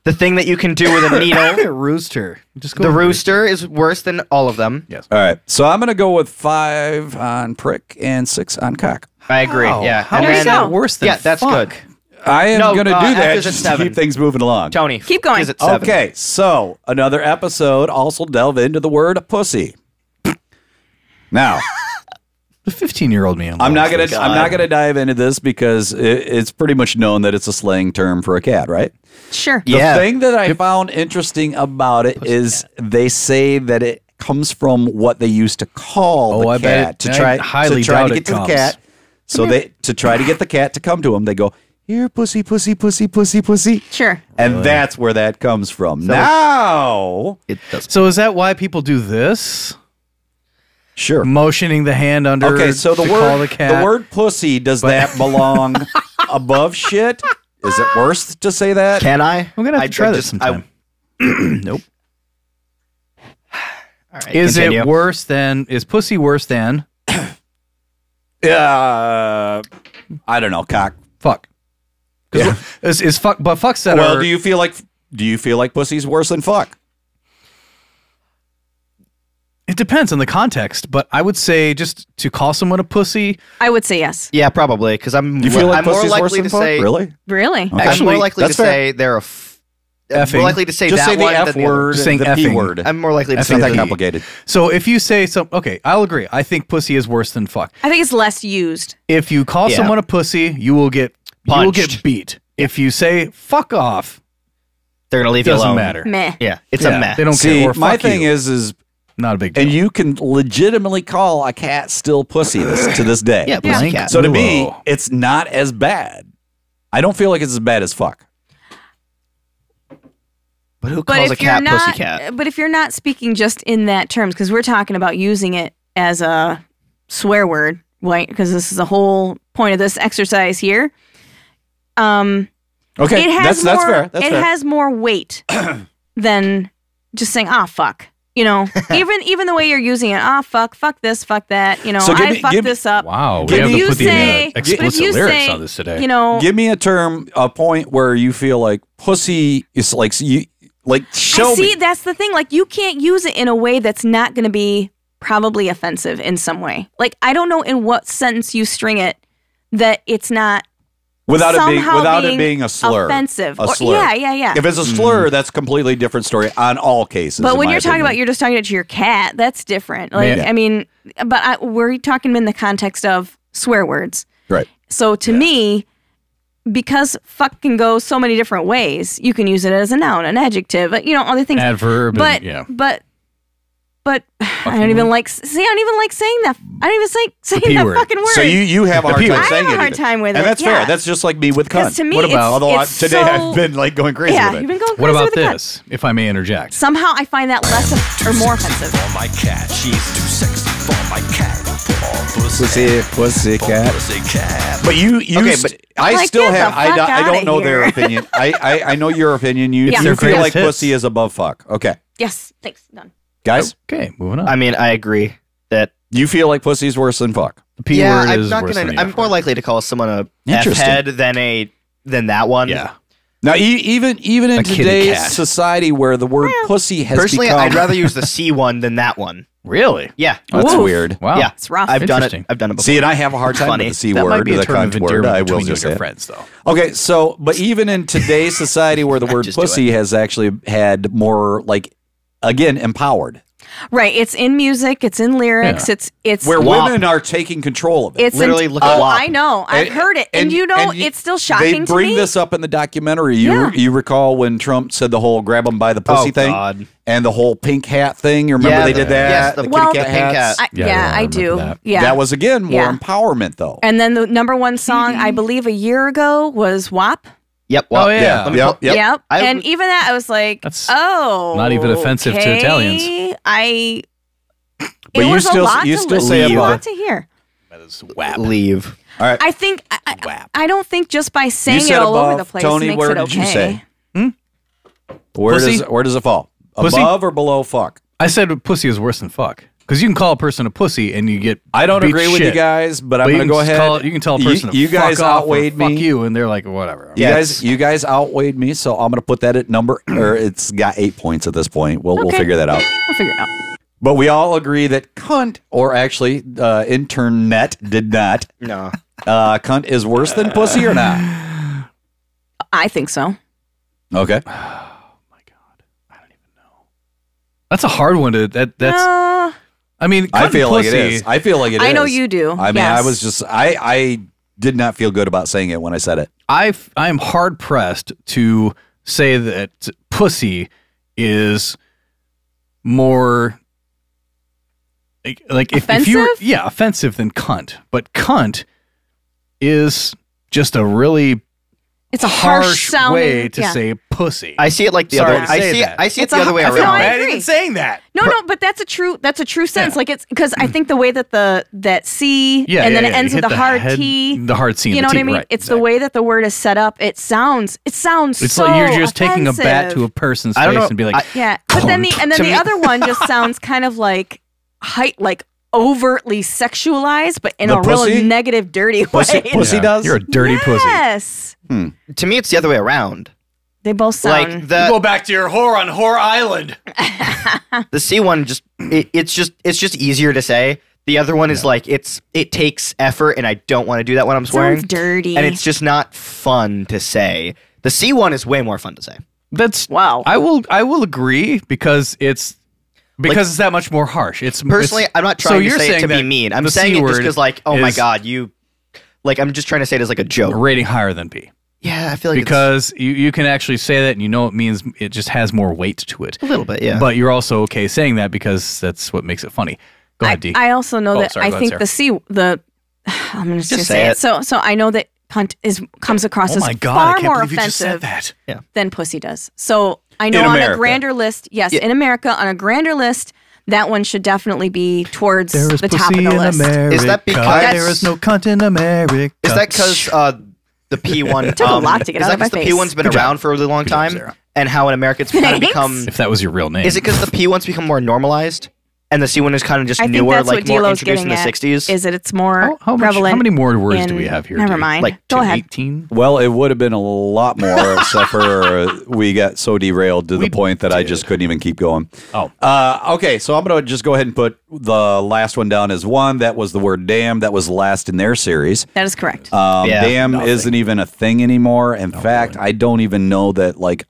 the thing that you can do with a needle,
rooster. Just go
the
with
rooster is worse than all of them.
Yes.
All right. So I'm gonna go with five on prick and six on cock.
I agree. yeah.
How
And
is
then-
that worse than
Yeah, that's
fuck?
good.
I am
No,
gonna
uh,
do
F
that
is at
just to
seven.
keep things moving along.
Tony.
Keep going.
Is it seven?
Okay, so another episode also delve into the word pussy. Now,
The 15 year old me. I'm,
I'm not
Oh
gonna
God.
I'm not gonna dive into this because it, it's pretty much known that it's a slang term for a cat, right?
Sure.
The thing that I found interesting about it is they say that it comes from what they used to call
Oh,
the
I bet
cat
it-
to
I
try
highly
to try
doubt
to
it
get to the
comes.
cat. So
Come here.
they to try to get the cat to come to them, they go here, pussy, pussy, pussy, pussy, pussy,
Sure.
and that's where that comes from. now
it does.
So is that why people do this?
Sure.
Motioning the hand under.
Okay, so the
to
word
call the cat.
word pussy does that belong above shit? Is it worse to say that?
Can I?
I'm gonna have to
I-
try
I just-
this sometime. nope.
All right,
Is
continue.
it worse than? Is pussy worse than?
Uh, I don't know, cock.
Fuck. 'Cause we're- Is, is fuck? But fucks that
well,
are.
do you feel like do you feel like pussy's worse than fuck?
it depends on the context, but I would say just to call someone a pussy.
I would say yes.
Yeah, probably. Because I'm.
Do you feel like
I'm more
pussy's worse
likely
than
to
fuck?
say.
really?
Really?
Okay.
I'm more likely to
That's fair.
say they're a. F-
Effing.
More likely to say
Just
that
say the
one
f
than other.
word,
Just saying
the p
effing.
word.
I'm more likely to
It's
say
not
that.
that complicated.
So if you say some, okay, I'll agree. I think pussy is worse than fuck.
I think it's less used.
If you call
Yeah.
someone a pussy, you will get you will get
Punched.
beat. If you say fuck off,
They're gonna
it
leave you
doesn't
alone.
matter.
Meh.
Yeah, it's
Yeah,
a mess.
They don't
See,
care. Or
my
fuck
thing
you.
is is
not a big deal.
and you can legitimately call a cat still pussy this, to this day.
Yeah,
Blank
pussycat.
So to me,
Willow.
it's not as bad. I don't feel like it's as bad as fuck.
But who
But
calls a
if you're
cat
not,
pussycat?
but if you're not speaking just in that terms, because we're talking about using it as a swear word, right? Because this is the whole point of this exercise here. Um,
Okay,
it has
that's
more.
that's fair. That's
it
fair.
has more weight than just saying ah fuck. You know, even even the way you're using it, ah fuck, fuck this, fuck that. You know,
So give
I
me-
fucked
give me-
this up.
Wow, we
Can
have
you
to put the
say-
uh,
but if you
explicit lyrics
say,
on this today.
You know,
Give me a term, a point where you feel like pussy is like you like show
I see.
me.
That's the thing. Like, you can't use it in a way that's not going to be probably offensive in some way. Like, I don't know in what sentence you string it that it's not
without it being
somehow
without
being
it being a slur,
offensive.
a
Or-
slur.
yeah, yeah, yeah.
If it's a slur, that's a completely different story on all cases.
but
in
when
my
you're talking about
opinion.
you're just talking to your cat, that's different. Like,
Yeah.
I mean, but I, we're talking in the context of swear words.
right,
So to me, because fuck can go so many different ways, you can use it as a noun, an adjective, uh, you know, other things.
Adverb and-
But
yeah.
but but I don't even like see, I don't even like saying that. I don't even say
P
saying that
word.
fucking word.
so you you have a
The
hard
P
time
word.
I
saying
have a
it,
hard
either.
time with
and
it,
that's
yeah.
fair. That's just like me with
because
cunt.
to me,
What
it's-
about-
Although I,
it's
today
so-
I've been like going crazy
yeah,
with
you've
it.
been going crazy
What about
with the cunt.
this? If I may interject,
Somehow I find that less of, or more offensive.
my cat, she's too sexy for my cat. For pussy,
pussy
for pussy cat.
But you, you
Okay,
st-
but-
I
Like,
still
get the
have. I,
fuck
do, I
outta
don't know their
here.
opinion. I, I I know your opinion. You,
It's
you
their
feel
greatest
like
hits.
pussy is above fuck. Okay,
Yes, thanks. Done.
guys,
okay, moving on.
I mean, I agree that.
you feel like pussy's worse than fuck.
the P
yeah,
word
I'm
is
not
worse
gonna.
than the
I'm
F
more
word.
likely to call someone a f
Interesting.
head than a than that one.
Yeah.
Now, e- even even in
A kitty
today's
cat.
society where the word pussy has
Personally,
become,
I'd rather use the C one than that one.
Really?
Yeah.
That's weird.
Wow.
Yeah. It's rough. I've done it- I've done it
See,
before.
and I have a hard
It's
time
funny.
with the c
That
word,
might be a
the
term
cunt
of
word.
endearment
I will
between you
just
and
say
your
it.
friends, though.
Okay, so but even in today's society where the word pussy has actually had more like again empowered,
Right. It's in music. It's in lyrics.
Yeah.
It's it's
where women are taking control of it.
It's in- oh, I know. I've heard it, and, you know,
and y-
it's still shocking
They
to
bring
me.
this up in the documentary. You
Yeah.
you recall when Trump said the whole grab them by the pussy
Oh,
thing
God.
and the whole pink hat thing. You remember
Yeah,
they
the-
did that?
yes, the
kitty
well,
cat hats?
I, yeah, I, do. Yeah,
That was again more
Yeah.
empowerment though.
And then the number one song
Mm-hmm.
I believe a year ago was WAP.
Yep.
well,
oh yeah.
yeah, yep,
Yep.
I-
and even that, I was like,
That's
oh,
not even offensive to
okay.
Italians.
I.
But
it
you
was
still-
a lot
you
to
still
listen
say
to, a
about-
lot to hear.
Leave.
All right.
I think I, I, I don't think just by
you
saying it
said
all
above,
over the place
Tony,
makes
where
it
did
okay.
you say? Where
Pussy?
does where does it fall?
Pussy?
Above or below fuck?
I said pussy is worse than fuck because you can call a person a pussy and you get.
I don't
beat
agree with you
shit.
guys, but I'm
you
gonna
can
go
just
ahead.
call- you can tell a
You-
person to
you guys
fuck off or
outweighed me.
Fuck you, and they're like whatever.
You guys, you guys outweighed me, so I'm gonna put that at number, or it's got eight points at this point. We'll we'll
Okay.
figure that out.
I'll figure it out.
But we all agree that cunt, or actually, uh, internet did not.
No.
Uh, cunt is worse than pussy or not?
I think so.
Okay.
That's a hard one to that. That's.
Uh,
I mean,
I
cunt
feel
and
like it
pussy-
is. I feel like it is.
I know you do,
I mean, I
yes.
was just I I did not feel good about saying it when I said it.
I I am hard pressed to say that pussy is more like, like if, if you're
Offensive?
yeah offensive than cunt, but cunt is just a really
It's a harsh
harsh,
sounding-
way to
yeah.
say pussy.
I see it like the
Sorry
other.
to
I
say
see. It,
that.
I see it
It's
the
a
other way
hu- I feel
around.
bad even saying that.
No, no, but that's a true that's a true sense. Like it's because
Mm.
I think the way that the that C
Yeah,
and then
yeah,
it
yeah.
ends
You
with
hit
the,
the
hard
head-
T.
the hard C and the
You know what
T,
I mean?
right,
It's the way that the word is set up. It sounds it sounds
It's
so
like you're just taking a bat to a
offensive.
person's
I don't
face
know.
and be like,
I-
yeah. But then the
cunt.
and then
To
the
me-
other one just sounds kind of like height like overtly sexualized, but in
The
a real
pussy?
negative, dirty way.
You're a dirty pussy.
Yes.
To me, it's the other way around.
They both sound
Like the
go back to your whore on whore island.
the C one just it, it's just it's just easier to say. The other one is like it's it takes effort, and I don't want to do that when I'm swearing.
dirty.
and it's just not fun to say. The C one is way more fun to say.
That's
wow.
I will I will agree because it's because
Like-
it's that much more harsh. It's
Personally,
it's-
I'm not
so
trying to
you're
say it
saying
to be
that
mean. I'm
the
saying
C
it just
word
because, like, oh my
is
god, you, like, I'm just trying to say it as like a joke.
rating higher than B
Yeah, I feel like it's
because you you can actually say that and you know it means it just has more weight to it.
a little bit, yeah.
But you're also okay saying that because that's what makes it funny. Go ahead, D.
I also know
Oh,
that
sorry,
I
go ahead,
think
Sarah.
the C the I'm gonna just,
Just
say,
say
it.
it.
So so I know that punt is comes across
Oh
as
my God, I
far
can't
more
believe you just said
offensive
that. Yeah.
than pussy does. So I know
In
on
America.
a grander list, yes, in America on a grander list, that one should definitely be towards
There is
the top
pussy
of the
in
list.
America.
Is that because-
there is no cunt in America?
Is that because uh, the P one um,
Took a lot to get
is
out
that
of my
'cause the
face.
P one's been
Good job.
around for a really long time, and how in America it's kind of become.
if that was your real name?
Is it because the P one's become more normalized, and the C one is kind of just
I think
newer,
that's
like
what
more
D'Lo's
introduced in
getting
the
at,
'60s?
Is that it's more
how much- how
prevalent?
many more words do
in-
we have here,
Never
Dee?
mind.
Like
Go ahead.
18?
Well, it would have been a lot more, except for uh, we got so derailed to the point that I just couldn't even keep going.
Oh.
Uh, okay, so I'm going to just go ahead and put the last one down as one. That was the word damn. That was last in their series.
That is correct.
Uh,
Um,
Yeah,
damn isn't even a thing anymore. In fact, I don't even know that, like,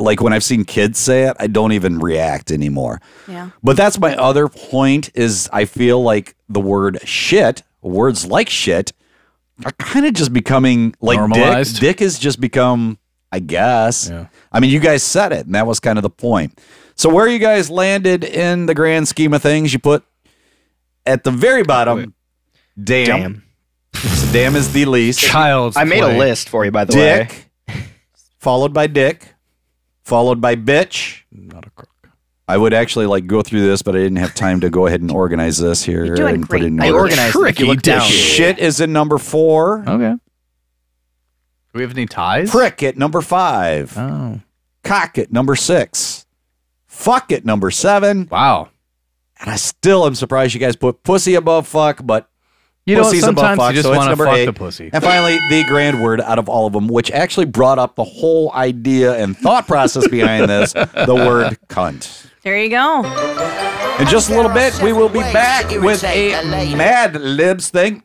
like when I've seen kids say it, I don't even react anymore.
Yeah.
But that's my other point is I feel like the word shit, words like shit, are kind of just becoming like dick.
Normalized.
Dick has just become, I guess. I mean, you guys said it, and that was kind of the point. So where you guys landed in the grand scheme of things, you put at the very bottom, damn. Damn. So damn is the least.
Child's
I made a play. list for you, by the
dick, followed by dick, followed by bitch. Not a crook. I would actually like go through this, but I didn't have time to go ahead and organize this here
doing
and put it in
I
order.
organized it. If you look down.
Shit is in number four.
Okay. Do we have any ties?
Prick at number five.
Oh.
Cock at number six. Fuck at number seven.
Wow.
And I still am surprised you guys put pussy above fuck, but
You know,
Pussy's above
sometimes you
Fox,
just
so it's
wanna
number
fuck
eight.
the pussy.
And finally, the grand word out of all of them, which actually brought up the whole idea and thought process behind this, the word cunt.
There you go.
In just a little bit, we will be back with a Mad Libs thing.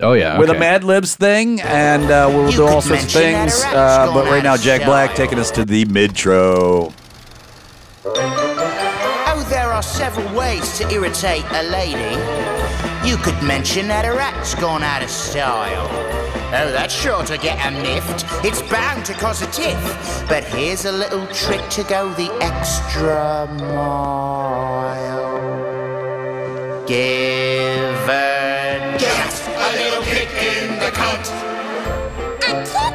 Oh yeah,
With a
okay.
Mad Libs thing, and uh, we'll do all sorts of things. Uh, but right now, Jack Black taking us to the midtro.
Oh, there are several ways to irritate a lady. You could mention that her act's gone out of style. Oh, that's sure to get her miffed. It's bound to cause a tiff. But here's a little trick to go the extra mile. Give her just a little kick in the cunt. A kick in the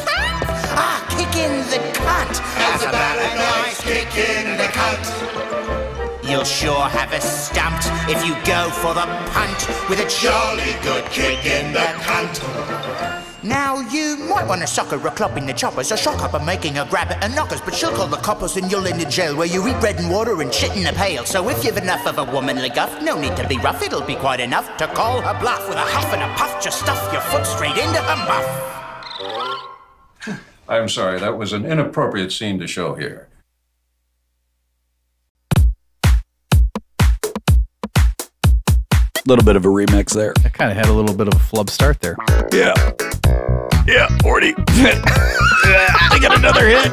cunt? Ah, kick in the cunt. That's about a nice kick in the cunt. You'll sure have her stumped if you go for the punt with a jolly good kick in the cunt. Now you might want to sock her a club in the choppers or shock up and making her grab it and knockers, but she'll call the coppers and you'll end in jail where you eat bread and water and shit in a pail. So if you've enough of a womanly guff, no need to be rough, it'll be quite enough to call her bluff with a huff and a puff, just stuff your foot straight into her muff.
I'm sorry, that was an inappropriate scene to show here.
Little bit of a remix there.
I kind of had a little bit of a flub start there.
Yeah. Yeah, already. I got another hit.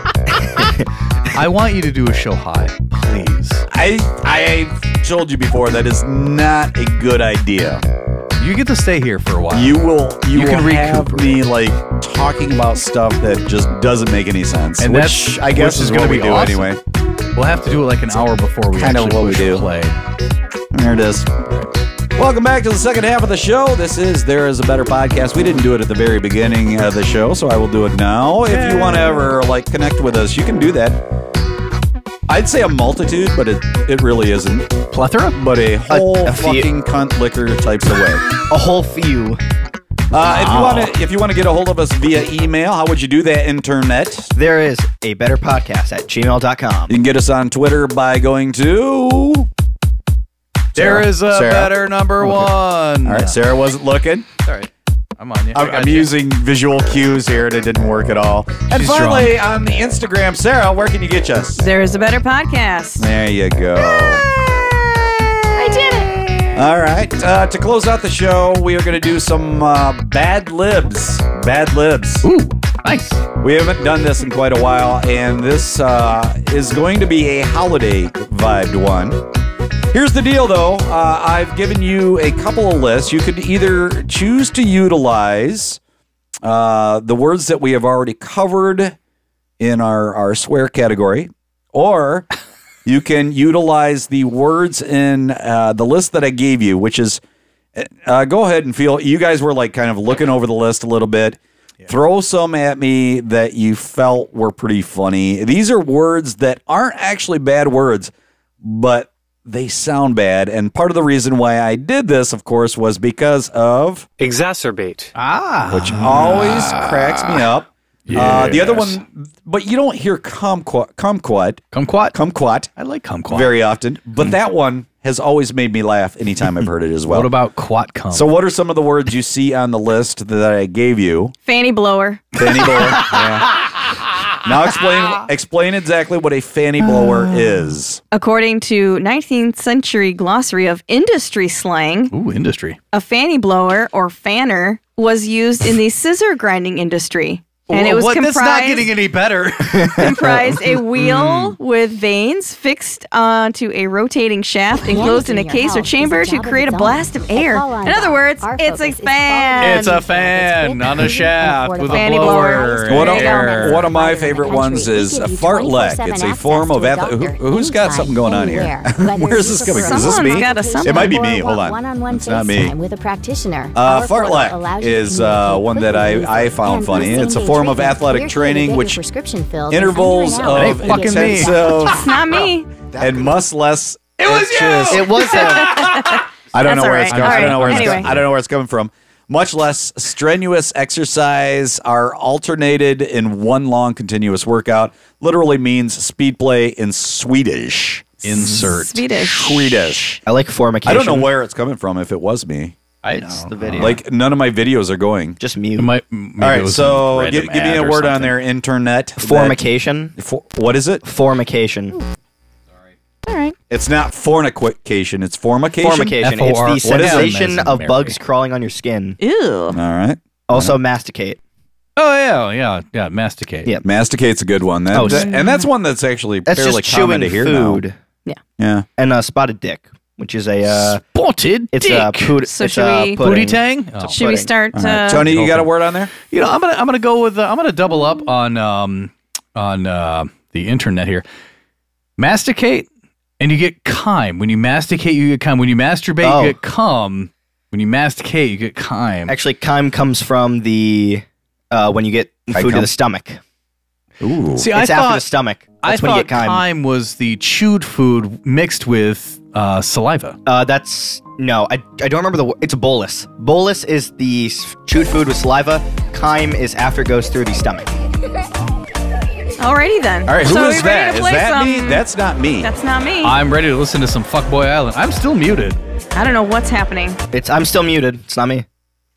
I want you to do a show high, please.
I I told you before that is not a good idea.
You get to stay here for a while.
You will. You,
You
can
can
will have me like talking about stuff that just doesn't make any sense.
And
which
that's-
I guess
which
is
is
what
gonna
we
be
do
awesome.
anyway.
We'll have to do it like an hour before we
Kind of
actually
what we
push
do.
play.
There it is. Welcome back to the second half of the show. This is There Is a Better Podcast. We didn't do it at the very beginning of the show, so I will do it now. If you want to ever like connect with us, you can do that. I'd say a multitude, but it, it really isn't.
Plethora?
But a whole
a few.
fucking cunt liquor types of way.
A whole few.
Uh, if you want to, if you want to get a hold of us via email, how would you do that, internet?
There is a better podcast at gmail.com.
You can get us on Twitter by going to.
There
Sarah?
is a
Sarah?
better number
Okay.
one.
All right, Sarah wasn't looking.
All right. I'm on you.
I'm, I'm using visual cues here, and it didn't work at all. And
She's
finally, on the Instagram, Sarah, where can you get us?
There is a better podcast.
There you go.
I did it.
All right. Uh, to close out the show, we are going to do some uh, bad libs. Bad libs.
Ooh, nice.
We haven't done this in quite a while, and this uh, is going to be a holiday vibed one. Here's the deal, though. Uh, I've given you a couple of lists. You could either choose to utilize uh, the words that we have already covered in our, our swear category, or you can utilize the words in uh, the list that I gave you, which is uh, go ahead and feel. You guys were like kind of looking over the list a little bit. Throw some at me that you felt were pretty funny. These are words that aren't actually bad words, but they sound bad. And part of the reason why I did this, of course, was because of
Exacerbate.
Ah.
Which always cracks me up. Uh, the other
Yes.
one, but you don't hear kumquat, kumquat,
kumquat,
kumquat.
I like kumquat
very often, but that one has always made me laugh anytime I've heard it as well.
Mm. What about quatcom?
So, what are some of the words you see on the list that I gave you?
Fanny blower.
Fanny blower. Yeah. Now explain explain exactly what a fanny blower
Uh,
is.
According to 19th century glossary of industry slang,
Ooh, industry.
a fanny blower or fanner was used in the scissor grinding industry. And it was
what?
comprised,
That's not getting any better.
comprised a wheel with vanes fixed onto a rotating shaft enclosed in a
Anything in your
case or
house is a
chamber to
job of
create a
its own.
blast of
At
air.
Colline
In other
Dock,
words,
our
it's a
focus is
fan.
it's a fan on a shaft with a
Fanny
blower.
One of,
Air.
one of my favorite ones is a fartlek. It's a form of ath- who, who's got something going on here? Where's this coming from? Is this me? It might be me. Hold on.
One-on-one
It's not
FaceTime
me.
with a practitioner.
Uh,
Our portal
fartlek
allows you to
is uh, one that I, I found funny. It's a form of athletic training which intervals of
That ain't fucking me.
intensive
It's not me.
and must less. It was
It was a.
I don't
That's
know where
all
it's
right.
coming. I
All
don't know
right.
where it's
Anyway.
coming. I don't know where it's coming from. Much less strenuous exercise are alternated in one long continuous workout. Literally means speed play in Swedish.
Insert
Swedish.
Swedish.
I like formication.
I don't know where it's coming from. If it was me,
I, it's the video.
Like none of my videos are going.
Just mute.
My,
All right, so gi- give, me a word on there. Internet
Formication.
That, for, what is it?
Formication.
All right.
It's not fornication. It's formication.
Formication. It's the
What is it?
sensation of bugs crawling on your skin.
Ew.
All right.
Also masticate.
Oh yeah, yeah, yeah. Masticate.
Yeah.
Masticate's a good one. That,
Oh,
that-
yeah.
and that's one that's actually
That's
fairly
just chewing
common to hear
food.
now.
Yeah.
Yeah.
And uh, spotted dick, which is a uh,
spotted.
It's a
dick.
poot-
So
it's
should
a
we-
pudding.
Booty tang? Oh,
It's a
Should we
pudding.
start? Uh,
Tony, you got a word on there?
You know, I'm gonna I'm gonna go with uh, I'm gonna double up on um on uh, the internet here. Masticate and you get chyme. When you masticate, you get chyme. When you masturbate,
Oh.
you get cum. When you masticate, you get chyme.
Actually, chyme comes from the uh, when you get
I
food to
come-
the stomach.
Ooh.
See,
it's
I
after
thought-
the stomach.
I
That's when
thought
you get chyme.
chyme was the chewed food mixed with uh, saliva.
Uh, that's no, I, I don't remember the. wo- It's a bolus. Bolus is the s- chewed food with saliva. Chyme is after it goes through the stomach.
Alrighty then.
All right, who
so
is
we ready
that?
to
Is
play
that
some...
me? That's not me.
That's not me.
I'm ready to listen to some Fuckboy Island. I'm still muted.
I don't know what's happening.
It's I'm still muted. It's not me.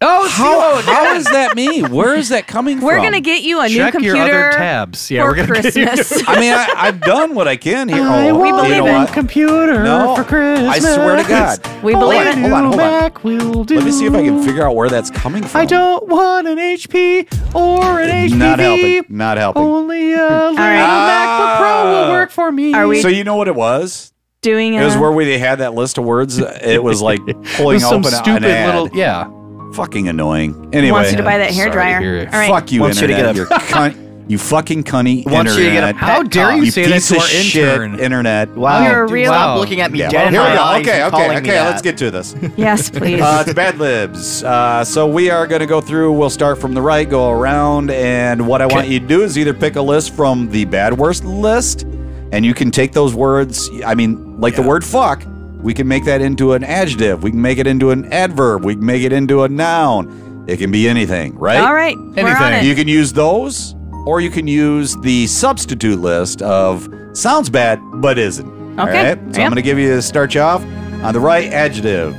Oh,
how, how is that me? Where is that coming from?
We're gonna get you a
Check
new
your
computer.
other tabs. Yeah,
for
we're gonna get you-
Christmas.
I mean, I, I've done what I can here.
I
oh,
We
you
believe
know
in
what?
computer
No, for I swear to Christmas. God.
We
Hold
believe
on,
in
hold on, hold on.
will do.
Let me see if I can figure out where that's coming from.
I don't want an HP or an HPV.
Not helping. Not helping.
Oh.
Only a little
Ah.
MacBook Pro will work for me.
Are we
so you know what it was?
doing
It was where we they had that list of words. It was like pulling
It was some
open
stupid
an ad.
little- yeah.
Fucking annoying. Anyway,
wants you to buy that hair dryer. All right.
Fuck you,
Wants you to
internet.
get a-
You cunt. You fucking cunny
Wants
internet.
you to get a pet How dare you cock. say that
piece
to
of
our
shit,
intern.
internet.
Oh,
Wow. You're a real- Stop looking at me dead in
Here
my
we go.
eyes and
Okay, okay,
calling me
okay.
that.
Let's get to this.
Yes, please.
Uh, it's Bad Libs. Uh, so we are going to go through. We'll start from the right, go around, and what I want you to do is either pick a list from the bad worst list, and you can take those words. I mean, like the word "fuck," we can make that into an adjective. We can make it into an adverb. We can make it into a noun. It can be anything, right?
All right, we're on Anything. it.
You can use those, or you can use the substitute list of sounds bad but isn't. All
Okay.
right. So I'm
Yep.
going to give you start you off on the right adjective.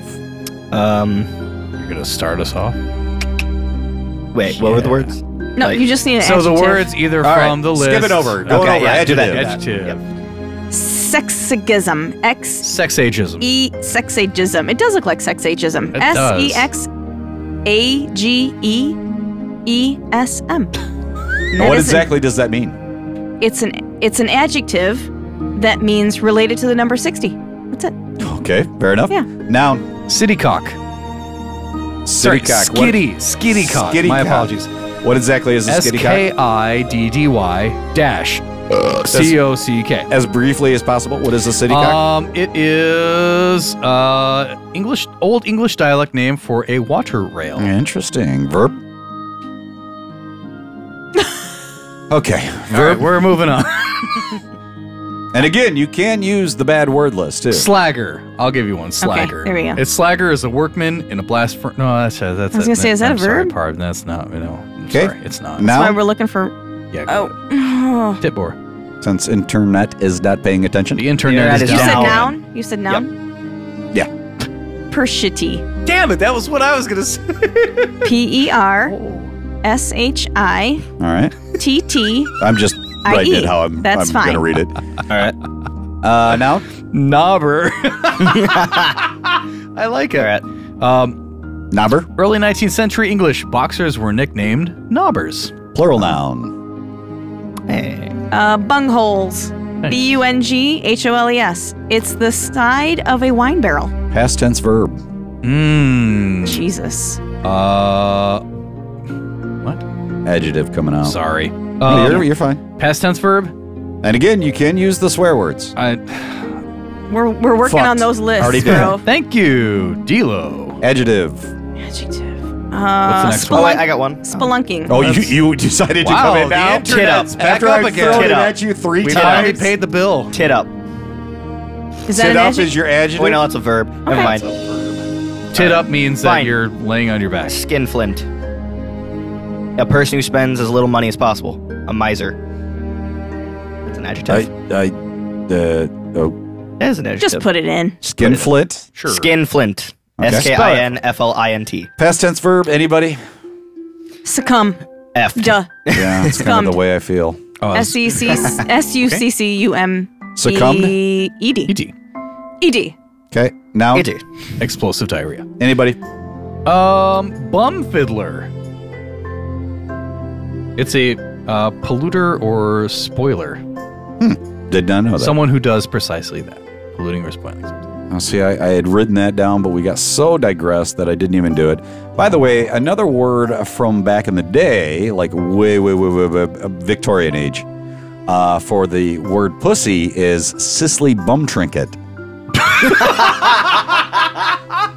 Um,
You're gonna start us off.
Wait, what were the words?
No, you just need an
So the
adjective.
words either
All right,
from the list.
skip it over. Go
okay,
over.
yeah, do that,
Adjective.
Adjective.
Sexagism. X
Sex ageism.
E sexagism. It does look like sexagism.
It
S
does.
E X A G E E S M. That
what
is an-
exactly does that mean?
It's an it's an adjective that means related to the number sixty. That's it.
Okay, fair enough.
Yeah.
Noun.
City cock.
E City cock. What-
Skitty. Skitty cock.
Skitty
My
cock.
apologies.
What exactly is a
S
skitty cock?
K I D D Y dash C O C K.
As briefly as possible, what is a city cock?
Um, it is uh English old English dialect name for a water rail.
Interesting. Verb. okay.
All right, we're moving on.
And again, you can use the bad word list too.
Slagger. I'll give you one. Slagger.
there we go.
It's slagger is a workman in a blast. fur no, that's that's.
I was gonna say, is that
I'm
a
sorry,
verb?
Parv, that's not. You know. I'm
Okay.
Sorry, it's not.
That's why
Noun.
we're looking for.
Yeah. go ahead.
Oh.
Tit bore.
Since internet is not paying attention.
The internet
Internet
is
You
down.
said noun. You said noun.
Yeah.
Pershiti.
Damn it! That was what I was gonna say.
P E R S H I
All right.
T T.
I'm just
I
writing
eat.
it how I'm, I'm
That's
going
fine.
to read it. All right. Uh, noun.
Knobber. I like it. Um,
Knobber.
Early 19th century English boxers were nicknamed knobbers.
Plural noun.
Uh, bungholes.
Nice.
B U N G H O L E S. It's the side of a wine barrel.
Past tense verb. Hmm.
Mmm.
Jesus.
Uh, what?
Adjective coming out.
Sorry.
No,
Um,
you're, you're fine.
Past tense verb.
And again, you can use the swear words.
I
We're, we're working
Fucked.
on those lists,
Already did.
bro.
Thank you, Dilo.
Adjective.
Adjective. Uh,
the next one?
Oh, I, I got one. Oh,
Spelunking.
Oh, you, you decided to
Wow,
come in
the
now?
internet's back
After
up
I've
again.
thrown
Tit
it
up.
at you three
We've already
times.
paid the bill.
Tit up.
Is that
Sit
an
up
adjective?
is your adjective.
Wait, no, it's a verb. Never mind.
Tit up means that
Fine.
you're laying on your back.
Skinflint. A person who spends as little money as possible. A miser. That's an
I,
adjective.
I, oh. uh, oh,
that is an adjective.
Just put it in.
skinflint.
Sure.
Skinflint.
Okay.
S K I N F L I N T.
Past tense verb, anybody?
Succumb.
F.
Duh.
Yeah, that's kind of the way I feel.
S E C S U C C U M.
Succumbed?
E D. E
D.
E D.
Okay, now
Explosive diarrhea.
Anybody?
Um, bum fiddler. It's a uh, polluter or spoiler.
Did not know that.
Someone who does precisely that, polluting or spoiling.
Oh, see, I, I had written that down, but we got so digressed that I didn't even do it. By the way, another word from back in the day, like way, way, way, way, way uh, Victorian age, uh, for the word pussy is Sicily bum trinket.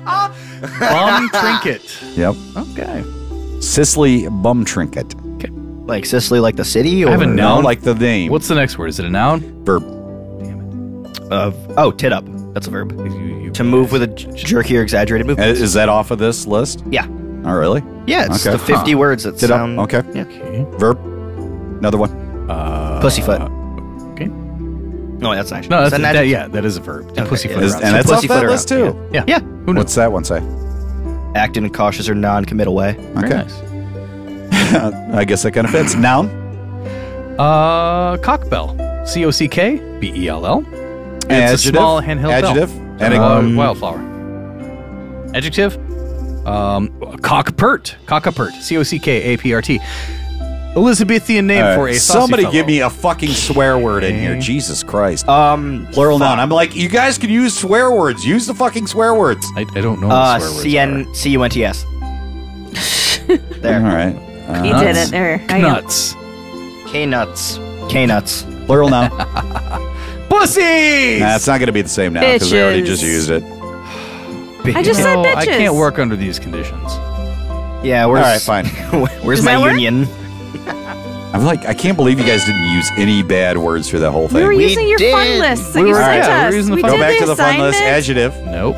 Bum trinket.
Yep.
Okay.
Sicily bum trinket.
Like Sicily, like the city? Or
I have a noun.
like the name.
What's the next word? Is it a noun?
Verb.
Of oh, tit up. That's a verb. to move with a j- jerky or exaggerated
Uh,
movement.
Is that off of this list?
Yeah.
Oh, really?
Yeah, it's the 50 words that
Did I-
sound-
Okay.
Yeah.
Verb. Another one.
Uh,
Pussyfoot.
Okay.
No, that's not.
No,
is that
that's that
an adjective?
yeah, that is a verb. To
Okay,
pussyfoot
yeah. Is-
around.
and
To
that's off
pussyfoot
that
around.
list too.
Yeah. yeah. Who knows?
What's that one say?
Act in a cautious or non-committal way.
Okay. I guess that kind of fits. Noun.
Uh, cockbell. C O C K B E L L. And It's a
Adjective?
small handheld
Adjective?
Bell.
And Um, a-
Uh, wildflower. Adjective. Um, cockpert. Cockapert. C O C K A P R T. Elizabethan name
All right,
for a saucy
Somebody
fellow.
give me a fucking swear word in here.
Okay.
Jesus Christ.
Um,
Plural noun. I'm like, you guys can use swear words. Use the fucking swear words.
I, I don't know
Uh, C N C U N T S.
All right.
He did it there. I know.
Nuts.
K nuts. K nuts.
Plural noun.
Pussies.
Nah, it's not going to be the same now because we already
Bitches.
just used it.
I just said
No, I
bitches.
can't work under these conditions.
Yeah, where's
All right, fine.
where's
Does that
my
work?
union?
I'm like, I can't believe you guys didn't use any bad words through that whole
We
thing.
were using your fun lists that
We
you
were-
sent
yeah, we were
us.
using the
we
fun-
did
Go back
the
to the fun list.
assignment.
Adjective.
Nope.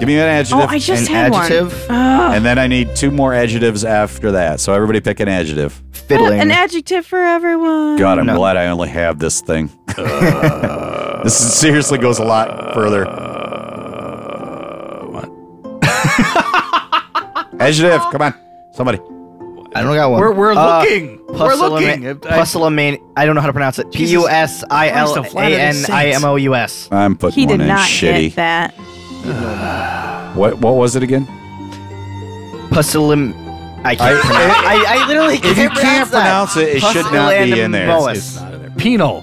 Give me an adjective.
Oh, I just had one. Ugh.
And then I need two more adjectives after that. So everybody pick an adjective.
An adjective for everyone.
God, I'm glad I only have this thing. this is, seriously goes a lot further. what? Adjective, come on. Somebody.
I don't got one.
We're- we're
Uh,
looking. We're
pusillan-
looking.
uh,
I-
Pusillan- I don't know how to pronounce it. P
Jesus
U S I L
Christ, the
A
flat of
N
his
I M O U S.
I'm putting
He
one
did
in
not
shitty.
get that.
What what was it again?
Pusillan. I can't
I-
pronounce I, I literally
If you can't pronounce it, it should not be in there.
Pusillanimous.
It's not in there. Penal.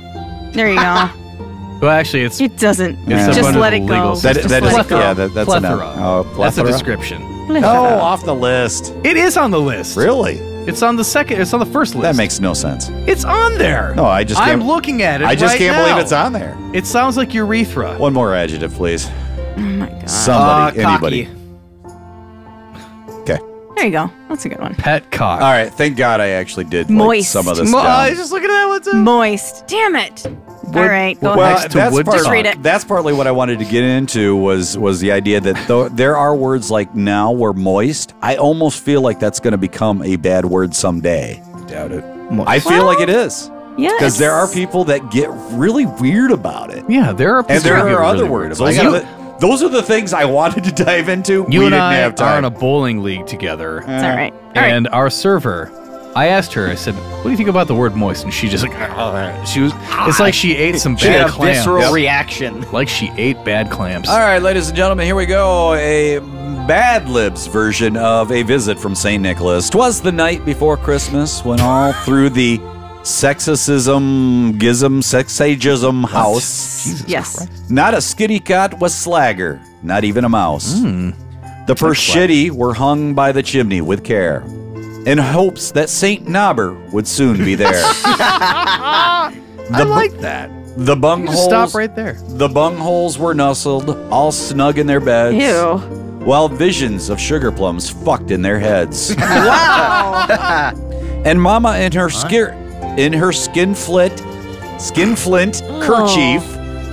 There you go.
Well, actually, it's
It doesn't.
It's
just
abundant
let it
legal
go.
system.
That-
Just
that
let
is-
it go.
yeah, that- that's a noun.
plethora.
Oh,
That's a
plethora?
description.
Oh,
Plethora.
off the list.
It is on the list.
Really?
It's on the second. It's on the first list.
That makes no sense.
It's on there.
No, I just
I'm
can't-
looking at it.
I just
right
can't believe
now.
it's on there.
It sounds like urethra.
One more adjective, please.
Oh my god.
Somebody,
Uh,
Ah,
cocky.
anybody. Okay.
There you go. That's a good one.
Pet cock.
All right. Thank God I actually did like,
Moist.
some of this
Mo-
down.
I was just looking at that one too.
Moist. Damn it. All right. Go
well,
ahead.
that's part-
Just read it.
That's partly what I wanted to get into was was the idea that though there are words like now were moist. I almost feel like that's going to become a bad word someday. Doubt it. I feel like it is.
Yeah.
Because there are people that get really weird about it.
Yeah, there are.
And
people
there
who get
are other
really weird
words.
about
Those
it.
are, the, those are the things I wanted to dive into.
You
we
and
didn't
I
have
are
time.
in a bowling league together.
It's all right. All right.
And our server, I asked her. I said, "What do you think about the word moist?" And she just like, "Ugh." she was. It's like she ate some
She had
bad
a
clams.
visceral reaction.
Like she ate bad clams.
All right, ladies and gentlemen, here we go. A Bad Libs version of A Visit from St. Nicholas. Twas the night before Christmas when all through the sexism, gism, sexagism house,
Yes.
not a skitty cat was slagger, not even a mouse.
Hmm.
The first shitty were hung by the chimney with care, in hopes that St. Nobber would soon be there.
I like that.
the
You
bung
just stop right there.
the bungholes were nestled, all snug in their beds.
Ew.
While visions of sugar plums fucked in their heads.
Wow.
and Mama in her skir in her skin flint skin flint kerchief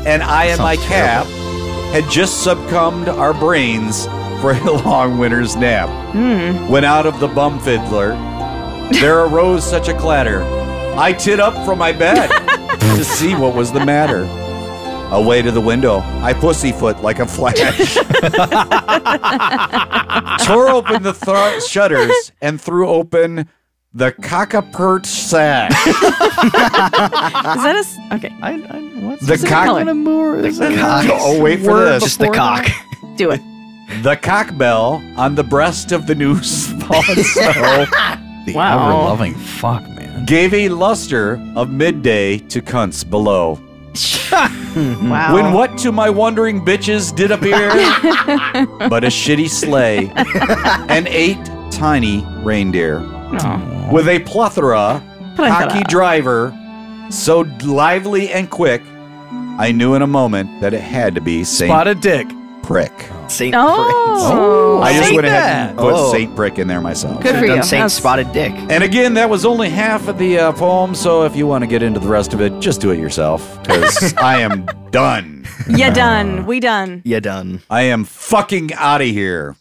and I in my
Sounds
cap had just succumbed our brains for a long winter's nap.
Hmm.
When out of the bum fiddler, there arose such a clatter. I tit up from my bed to see what was the matter. Away to the window, I pussyfoot like a flash. Tore open the thro- shutters and threw open the cockapert sack. Ah.
Is that a s- okay?
I, I, what's
The cock- The cock- Oh, wait for this. Just the cock.
Do it.
The cock bell on the breast of the new spawn sow
The ever-loving fuck, man.
gave a luster of midday to cunts below.
Wow.
When what to my wandering bitches did appear but a shitty sleigh and eight tiny reindeer with a plethora, cocky driver, so lively and quick, I knew in a moment that it had to be Saint
Spotted Dick.
Prick.
Saint
Oh,
I just
Saint
went ahead and put
Oh.
Saint Prick in there myself.
Good for Done you. Saint That's-
Spotted Dick. And again, that was only half of the uh, poem, so if you want to get into the rest of it, just do it yourself because I am done.
Ya done. We done.
You done. I am fucking out of here.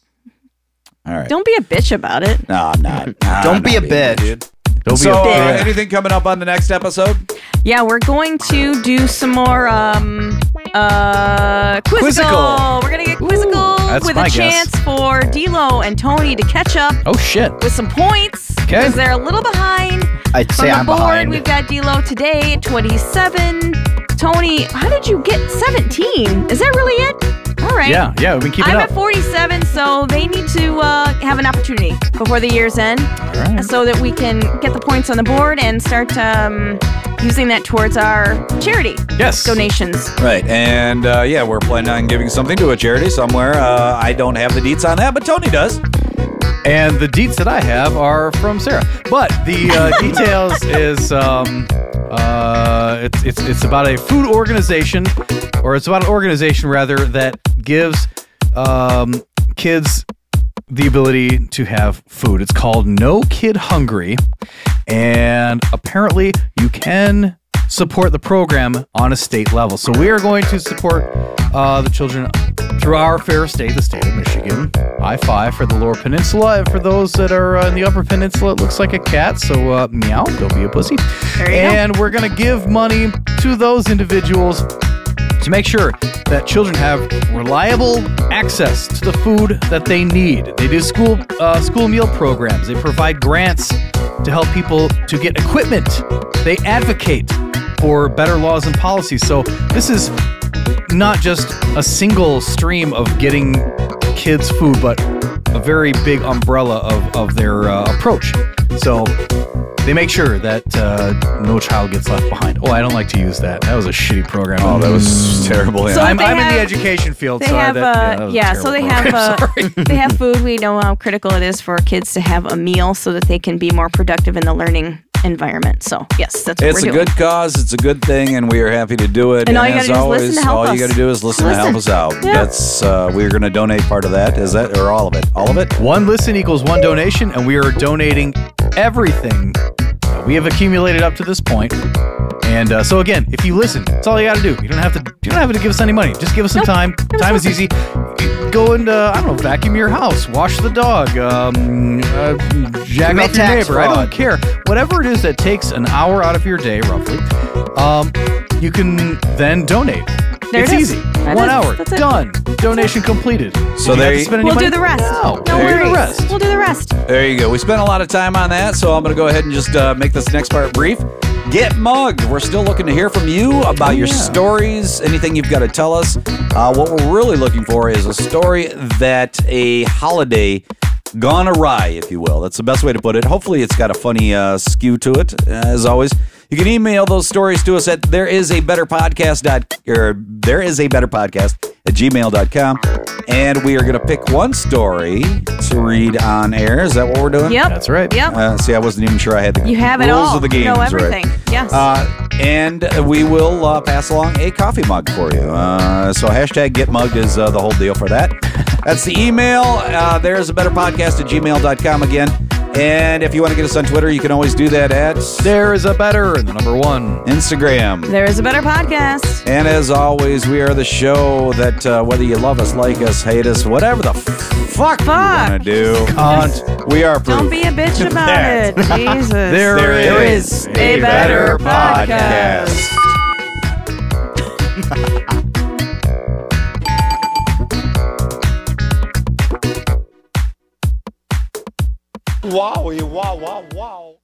All right.
Don't be a bitch about it.
No, I'm not. No, I'm
Don't be
not
a
being
bitch.
Ah, dude.
Don't
so,
be a
uh,
bitch.
anything coming up on the next episode?
Yeah, we're going to do some more um uh quizzical.
Quizzical.
We're gonna get quizzical
that's
with
my
a
guess.
chance for D'Lo and Tony to catch up
Oh shit.
with some points
'Kay.
because they're a little behind.
I'd
From
say
the
I'm
board,
behind.
we've got D'Lo today at 27. Tony, how did you get 17? Is that really it? All right.
Yeah, yeah, we keep it
I'm
up.
at 47, so they need to uh, have an opportunity before the year's end, so that we can get the points on the board and start um, using that towards our charity.
Yes.
Donations.
Right. And uh, yeah, we're planning on giving something to a charity somewhere. Uh, I don't have the deets on that, but Tony does.
And the deets that I have are from Sarah. But the uh, details is um, uh, it's, it's it's about a food organization, or it's about an organization rather that gives um, kids the ability to have food. It's called No Kid Hungry, and apparently you can support the program on a state level. So we are going to support uh, the children through our fair state, the state of Michigan. I five for the Lower Peninsula, and for those that are uh, in the Upper Peninsula, it looks like a cat. So uh, meow, don't be a pussy.
you go.
And we're gonna give money to those individuals to make sure that children have reliable access to the food that they need. They do school uh, school meal programs. They provide grants to help people to get equipment. They advocate for better laws and policies. So this is not just a single stream of getting kids food, but a very big umbrella of, of their uh, approach. So they make sure that uh, no child gets left behind. Oh, I don't like to use that. That was a shitty program.
Oh, that was terrible.
So
I'm,
they
I'm in
have-
the education field.
They
so I-
have,
that-
uh,
that was a
yeah.
terrible
So they
program.
have, uh, they have food. We know how critical it is for kids to have a meal, so that they can be more productive in the learning environment. So yes, that's what
it's
we're
a
doing.
good cause. It's a good thing, and we are happy to do it.
And all you
as
gotta do is
always,
listen to help
all you
us.
got to do is listen, to help us
Listen.
out.
Yeah.
That's uh, we're going to donate part of that. Is that or all of it? All of it.
One listen equals one donation, and we are donating everything that we have accumulated up to this point. And uh, so again, if you listen, that's all you got to do. You don't have to. You don't have to give us any money. Just give us some time. Time is easy. Go and uh, I don't know, vacuum your house, wash the dog, um, uh, jag
Commit
off your
tax
neighbor. I don't
fraud.
care. Whatever it is that takes an hour out of your day, roughly, um, you can then donate.
There
it's
it is.
easy.
That
One
is-
hour
that's it.
done. Donation completed. Did you
So
have
there
to
you-
spend any
We'll
money?
do the rest.
No.
Don't
We'll do
worry.
the rest.
We'll do the rest.
There you go. We spent a lot of time on that, so I'm going to go ahead and just uh, make this next part brief. Get mugged. We're still looking to hear from you about your stories, anything you've got to tell us. Uh, what we're really looking for is a story that a holiday gone awry, if you will. That's the best way to put it. Hopefully, it's got a funny uh, skew to it, as always. You can email those stories to us at there is a better podcast dot or there is a better podcast at gmail.com. And we are going to pick one story to read on air. Is that what we're doing?
Yep. That's right. Yep.
Uh, see, I wasn't even sure I had the
You have it
rules
all.
of the game.
You know
right.
everything. Yes.
Uh, and we will uh, pass along a coffee mug for you. Uh, so hashtag get mugged is uh, the whole deal for that. That's the email. Uh, there's a better podcast at gmail.com again. And if you want to get us on Twitter, you can always do that at
There is a better and the number one
Instagram.
there is a better podcast.
And as always, we are the show that uh, whether you love us, like us, hate us, whatever the f- fuck, you want to do,
Can't.
we are proof.
Don't be a bitch about
That.
it. Jesus.
There is a better podcast. Wow, wow, wow, wow.